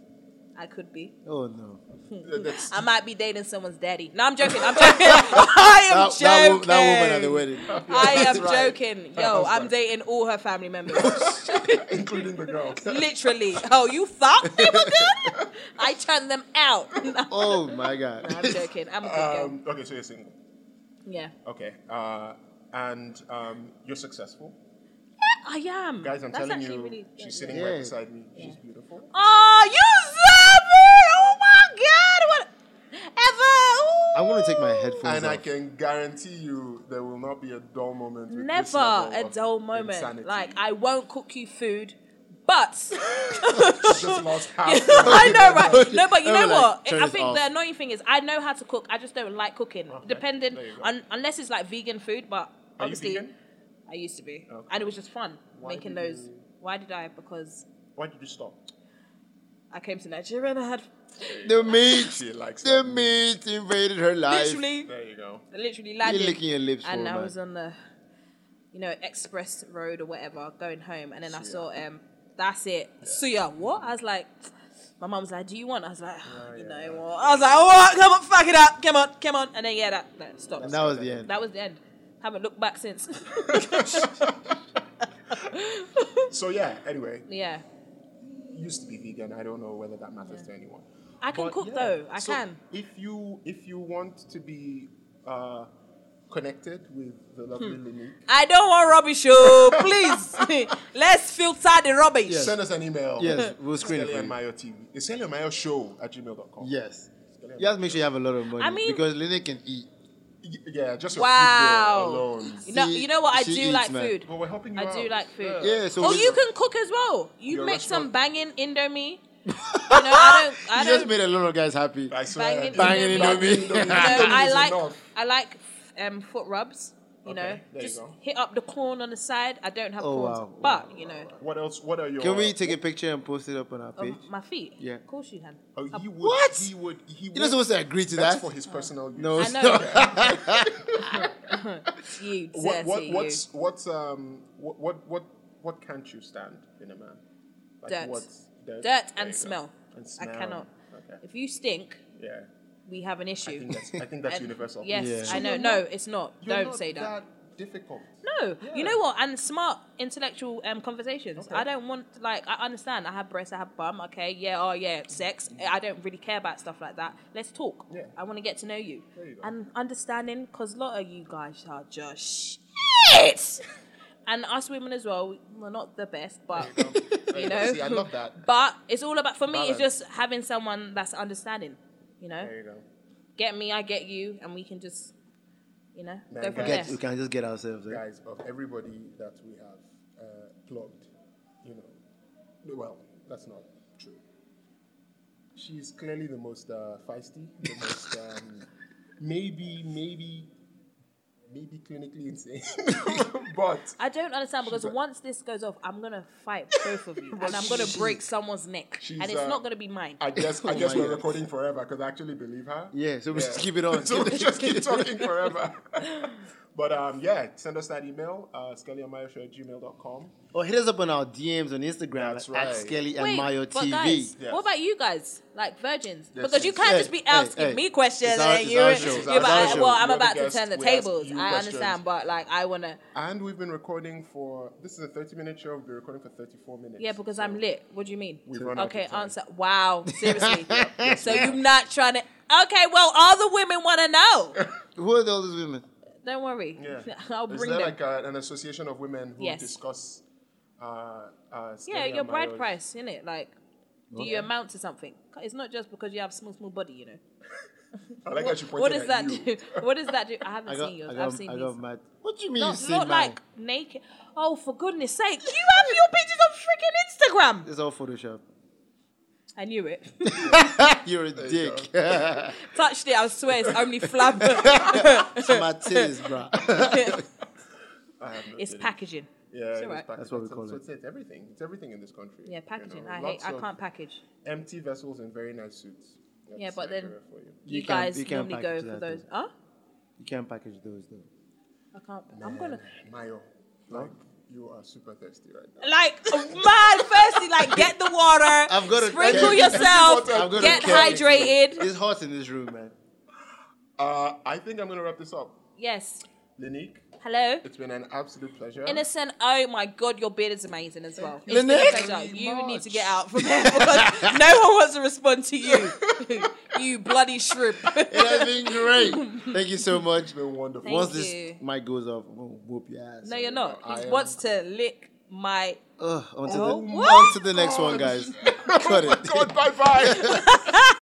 Speaker 4: I could be.
Speaker 2: Oh no.
Speaker 4: Mm-hmm.
Speaker 1: That's-
Speaker 4: I might be dating someone's daddy. No, I'm joking. I'm joking. I am
Speaker 2: That,
Speaker 4: joking.
Speaker 2: that, wo- that woman at the wedding.
Speaker 4: I am
Speaker 1: That's right.
Speaker 4: joking.
Speaker 1: Her
Speaker 4: Yo, I'm
Speaker 1: husband.
Speaker 4: dating all her family members.
Speaker 1: including the girl.
Speaker 4: Literally. Oh, you thought they were good? I turned them out. No,
Speaker 2: Oh my god.
Speaker 4: I'm joking. I'm a good girl.
Speaker 1: Um, okay, so you're single.
Speaker 4: Yeah.
Speaker 1: Okay, uh, and um, you're successful,
Speaker 4: I am.
Speaker 1: guys. I'm
Speaker 4: That's
Speaker 1: telling
Speaker 4: actually
Speaker 1: you,
Speaker 4: really-
Speaker 1: she's
Speaker 4: yeah.
Speaker 1: sitting
Speaker 2: Yeah.
Speaker 1: right beside me. She's beautiful.
Speaker 4: Oh, you said me! Oh my God! What? Ever?
Speaker 2: I'm
Speaker 4: Ooh.
Speaker 2: gonna take my headphones
Speaker 1: And I
Speaker 2: off.
Speaker 1: can guarantee you there will not be a dull moment. With this
Speaker 4: Never a
Speaker 1: level of
Speaker 4: dull moment.
Speaker 1: insanity.
Speaker 4: Like I won't cook you food, but.
Speaker 1: She just lost half.
Speaker 4: I know, right? No, but you know
Speaker 2: Everyone, like,
Speaker 4: what?
Speaker 2: turn
Speaker 4: I
Speaker 2: this
Speaker 4: think
Speaker 2: off.
Speaker 4: the annoying thing is I know how to cook. I just don't like cooking, depending
Speaker 1: There you go.
Speaker 4: un- unless it's like vegan food. But
Speaker 1: Are you
Speaker 4: obviously,
Speaker 1: vegan?
Speaker 4: I used to be,
Speaker 1: Okay.
Speaker 4: and it was just fun
Speaker 1: Why
Speaker 4: making
Speaker 1: did
Speaker 4: those.
Speaker 1: you-
Speaker 4: Why did I? Because
Speaker 1: Why did you stop?
Speaker 4: I came to Nigeria and I had
Speaker 2: The meat,
Speaker 1: She likes that.
Speaker 2: the meat invaded her life.
Speaker 4: literally,
Speaker 1: There you go.
Speaker 4: literally
Speaker 2: You're
Speaker 4: landed,
Speaker 2: licking your lips for
Speaker 4: and I
Speaker 2: man.
Speaker 4: was on the, you know, express road or whatever going home, and then I saw um, that's it, Suya. What? I was like. My mum was like, "Do you want?" I was like, "Ah,
Speaker 2: Oh,
Speaker 4: "You know what?" I was like, "All right, come on, fuck it up, come on, come on," and then yeah, that, that stopped.
Speaker 2: And that was the end.
Speaker 4: That was the end. Haven't looked back since.
Speaker 1: So yeah. Anyway,
Speaker 4: yeah.
Speaker 1: used to be vegan. I don't know whether that matters to anyone.
Speaker 4: I can
Speaker 1: But
Speaker 4: cook
Speaker 1: yeah,
Speaker 4: though. I
Speaker 1: so
Speaker 4: can.
Speaker 1: If you if you want to be uh, connected with the lovely
Speaker 4: Hmm.
Speaker 1: Lini,
Speaker 4: I don't want rubbish, oh please. Let's filter the rubbish.
Speaker 2: Yes.
Speaker 1: send us an email.
Speaker 2: Yes, we'll screen it
Speaker 1: Skelly
Speaker 2: for
Speaker 1: and
Speaker 2: you.
Speaker 1: Mayo TV. It's Skelly and Mayo Show at gmail.com.
Speaker 2: Yes. You have to make sure you have a lot of money.
Speaker 4: I mean-
Speaker 2: because Lene can eat.
Speaker 1: Y- Yeah, just your
Speaker 4: Wow.
Speaker 1: food bill alone.
Speaker 4: You know,
Speaker 2: She-
Speaker 4: you know what? I do
Speaker 2: she eats,
Speaker 4: like
Speaker 2: man.
Speaker 4: food.
Speaker 1: Well, we're helping you
Speaker 4: I do
Speaker 1: out.
Speaker 4: like food.
Speaker 2: Yeah, so
Speaker 4: or
Speaker 2: we-
Speaker 4: you can cook as well. You
Speaker 1: Your
Speaker 4: make
Speaker 1: restaurant-
Speaker 4: some banging Indomie. You know, I don't. I
Speaker 2: you just
Speaker 4: don't.
Speaker 2: made a lot of guys happy.
Speaker 1: I swear.
Speaker 4: Banging
Speaker 2: Banging Indomie.
Speaker 1: Banging Indomie.
Speaker 4: No,
Speaker 1: Indomie
Speaker 4: I
Speaker 1: is
Speaker 4: like
Speaker 1: enough.
Speaker 4: I like um, foot rubs. You
Speaker 1: Okay, there
Speaker 4: know,
Speaker 1: you
Speaker 4: just
Speaker 1: go.
Speaker 4: hit up the corn on the side. I don't have
Speaker 2: Oh,
Speaker 4: corns,
Speaker 2: wow.
Speaker 4: but you know,
Speaker 1: What else? What are your?
Speaker 2: Can we take a picture and post it up on our
Speaker 4: of
Speaker 2: page?
Speaker 4: Oh my feet.
Speaker 2: Yeah.
Speaker 4: of course you can.
Speaker 1: Oh, he would,
Speaker 2: What?
Speaker 1: He would. He would.
Speaker 2: You're not supposed to agree to
Speaker 1: That's
Speaker 2: that.
Speaker 1: for his personal use.
Speaker 2: no,
Speaker 4: I
Speaker 2: it's
Speaker 4: know.
Speaker 2: not.
Speaker 4: You
Speaker 1: What,
Speaker 4: dirty
Speaker 1: what,
Speaker 4: you.
Speaker 1: what's what's um what what what what can't you stand in a man? Like
Speaker 4: Dirt.
Speaker 1: What's dirt, There
Speaker 4: dirt
Speaker 1: you go.
Speaker 4: and smell.
Speaker 1: And smell.
Speaker 4: I cannot.
Speaker 1: Okay.
Speaker 4: If you stink,
Speaker 1: Yeah.
Speaker 4: we have an
Speaker 1: I
Speaker 4: issue.
Speaker 1: think that's, I think that's
Speaker 4: And-
Speaker 1: universal.
Speaker 4: Yes,
Speaker 2: Yeah.
Speaker 4: I know. No, it's not.
Speaker 1: You're
Speaker 4: Don't
Speaker 1: not
Speaker 4: say that.
Speaker 1: Difficult.
Speaker 4: No,
Speaker 1: Yeah.
Speaker 4: you know what? And smart intellectual um, conversations.
Speaker 1: Okay.
Speaker 4: I don't want like I understand. I have breasts. I have bum. Okay, yeah, oh yeah, sex. I don't really care about stuff like that. Let's talk.
Speaker 1: Yeah.
Speaker 4: I want to get to know you,
Speaker 1: There you go.
Speaker 4: and understanding because a lot of you guys are just shit, and us women as well. We're not the best, but you know.
Speaker 1: See, I love that.
Speaker 4: But it's all about for me. It's
Speaker 1: Balance.
Speaker 4: just having someone that's understanding. You know,
Speaker 1: There you go.
Speaker 4: get me, I get you, and we can just, you know,
Speaker 1: Man,
Speaker 4: go from
Speaker 1: guys-
Speaker 4: there.
Speaker 2: Get- we can just get ourselves. eh?
Speaker 1: guys, of everybody that we have uh, plugged, you know, well, that's not true. She's clearly the most uh, feisty, the most um, maybe, maybe maybe clinically insane, but
Speaker 4: I don't understand because once this goes off, I'm gonna fight both of you and I'm gonna break someone's neck,
Speaker 1: she's,
Speaker 4: and it's
Speaker 1: uh,
Speaker 4: not gonna be mine.
Speaker 1: I guess I
Speaker 2: Oh
Speaker 1: guess
Speaker 2: my
Speaker 1: we're
Speaker 2: God.
Speaker 1: recording forever because I actually believe her.
Speaker 2: Yeah, so we
Speaker 1: Yeah.
Speaker 2: just keep it on.
Speaker 1: so we just keep talking forever. but um, yeah, send us that email, uh, skellyandmyoshare at gmail.com.
Speaker 2: Or hit us up on our DMs on Instagram
Speaker 1: That's
Speaker 2: like,
Speaker 1: right.
Speaker 2: at Skelly and
Speaker 4: Wait,
Speaker 2: Mayo
Speaker 4: but
Speaker 2: TV.
Speaker 4: guys,
Speaker 1: Yes.
Speaker 4: what about you guys? Like virgins,
Speaker 1: Yes,
Speaker 4: because you
Speaker 1: yes.
Speaker 4: can't
Speaker 2: Hey,
Speaker 4: just be out
Speaker 2: hey,
Speaker 4: asking
Speaker 2: hey.
Speaker 4: me questions
Speaker 2: It's our-
Speaker 4: and
Speaker 2: it's
Speaker 4: you're,
Speaker 2: our
Speaker 1: show.
Speaker 4: you're
Speaker 1: It's
Speaker 4: about,
Speaker 1: our show.
Speaker 4: well, I'm
Speaker 1: You're the
Speaker 4: about to
Speaker 1: guest.
Speaker 4: turn the
Speaker 1: We ask
Speaker 4: tables.
Speaker 1: you
Speaker 4: I
Speaker 1: questions.
Speaker 4: understand, but like I wanna,
Speaker 1: And we've been recording for this is a 30 minute show, we've been recording for 34 minutes.
Speaker 4: yeah, because
Speaker 1: So
Speaker 4: I'm lit. What do you mean?
Speaker 1: We've run out
Speaker 4: okay,
Speaker 1: of time.
Speaker 4: answer. Wow, seriously.
Speaker 2: Yes,
Speaker 4: so
Speaker 2: we
Speaker 4: you're not trying to. Okay, well, all the women want to know.
Speaker 2: Who are the oldest women?
Speaker 4: Don't worry,
Speaker 1: Yeah.
Speaker 4: I'll
Speaker 1: Is
Speaker 4: bring
Speaker 1: there
Speaker 4: them.
Speaker 1: like a, an association of women who
Speaker 4: Yes.
Speaker 1: discuss uh, uh,
Speaker 4: yeah,
Speaker 1: Skelly
Speaker 4: your
Speaker 1: and
Speaker 4: bride
Speaker 1: Mayo's-
Speaker 4: price, isn't it? Like, do you amount to something? It's not just because you have small, small body, you know.
Speaker 1: I like how she pointed
Speaker 4: What does
Speaker 1: at
Speaker 4: that
Speaker 1: you.
Speaker 4: do? What does that do? I haven't
Speaker 2: I got,
Speaker 4: seen yours.
Speaker 2: I got,
Speaker 4: I've seen
Speaker 2: I
Speaker 4: these.
Speaker 2: got mad. What do you mean you
Speaker 4: Not,
Speaker 2: see
Speaker 4: not
Speaker 2: mine?
Speaker 4: like naked. Oh, for goodness sake. You have your pictures on freaking Instagram.
Speaker 2: It's all Photoshop.
Speaker 4: I knew it.
Speaker 2: You're a
Speaker 1: you
Speaker 2: dick.
Speaker 4: Touched it, I swear. It's only flab.
Speaker 2: My titties, bruh.
Speaker 1: I have no
Speaker 4: it's
Speaker 1: kidding.
Speaker 4: packaging.
Speaker 1: Yeah,
Speaker 4: It's
Speaker 1: it is
Speaker 4: alright.
Speaker 1: packaging.
Speaker 2: That's what we
Speaker 1: So-
Speaker 2: call
Speaker 1: so
Speaker 2: it.
Speaker 1: It's, it's everything. It's everything in this country.
Speaker 4: Yeah, packaging.
Speaker 1: You know,
Speaker 4: I hate.
Speaker 1: lots
Speaker 4: I
Speaker 1: of
Speaker 4: can't package.
Speaker 1: Empty vessels in very nice suits. That's
Speaker 4: Yeah, but then-
Speaker 1: Nigeria for you.
Speaker 4: You,
Speaker 2: You can-
Speaker 4: guys
Speaker 2: you can
Speaker 4: normally go
Speaker 2: package
Speaker 4: for
Speaker 2: that,
Speaker 4: those.
Speaker 2: though.
Speaker 4: Huh?
Speaker 2: You can't package those though.
Speaker 4: I can't. I'm gonna
Speaker 1: Mayo, like you are super thirsty right now.
Speaker 4: like mad thirsty. Like get the water.
Speaker 2: I've got to
Speaker 4: sprinkle
Speaker 2: Kelly.
Speaker 4: yourself.
Speaker 1: I've got to
Speaker 4: Get
Speaker 1: Kelly.
Speaker 4: hydrated.
Speaker 2: It's hot in this room, man.
Speaker 1: Uh, I think I'm gonna wrap this up.
Speaker 4: Yes.
Speaker 1: Linique,
Speaker 4: Hello.
Speaker 1: it's been an absolute pleasure.
Speaker 4: Innocent, oh my god, your beard is amazing as well. It's
Speaker 2: you
Speaker 4: been a
Speaker 2: very
Speaker 4: pleasure. You need
Speaker 1: much.
Speaker 4: to get out from there because no one wants to respond to you. you bloody shrimp.
Speaker 2: It has been great. Thank you so much.
Speaker 1: it's been wonderful.
Speaker 4: Thank
Speaker 2: Once this
Speaker 4: you.
Speaker 2: mic goes off, I'm gonna whoop your ass.
Speaker 4: no, you're not.
Speaker 1: I
Speaker 4: He
Speaker 1: am-
Speaker 4: wants to lick my.
Speaker 2: Ugh, on to
Speaker 4: Oh
Speaker 2: the
Speaker 4: my
Speaker 2: on to the next one,
Speaker 1: God.
Speaker 2: guys. Cut
Speaker 1: Oh my
Speaker 2: it.
Speaker 1: God, bye bye.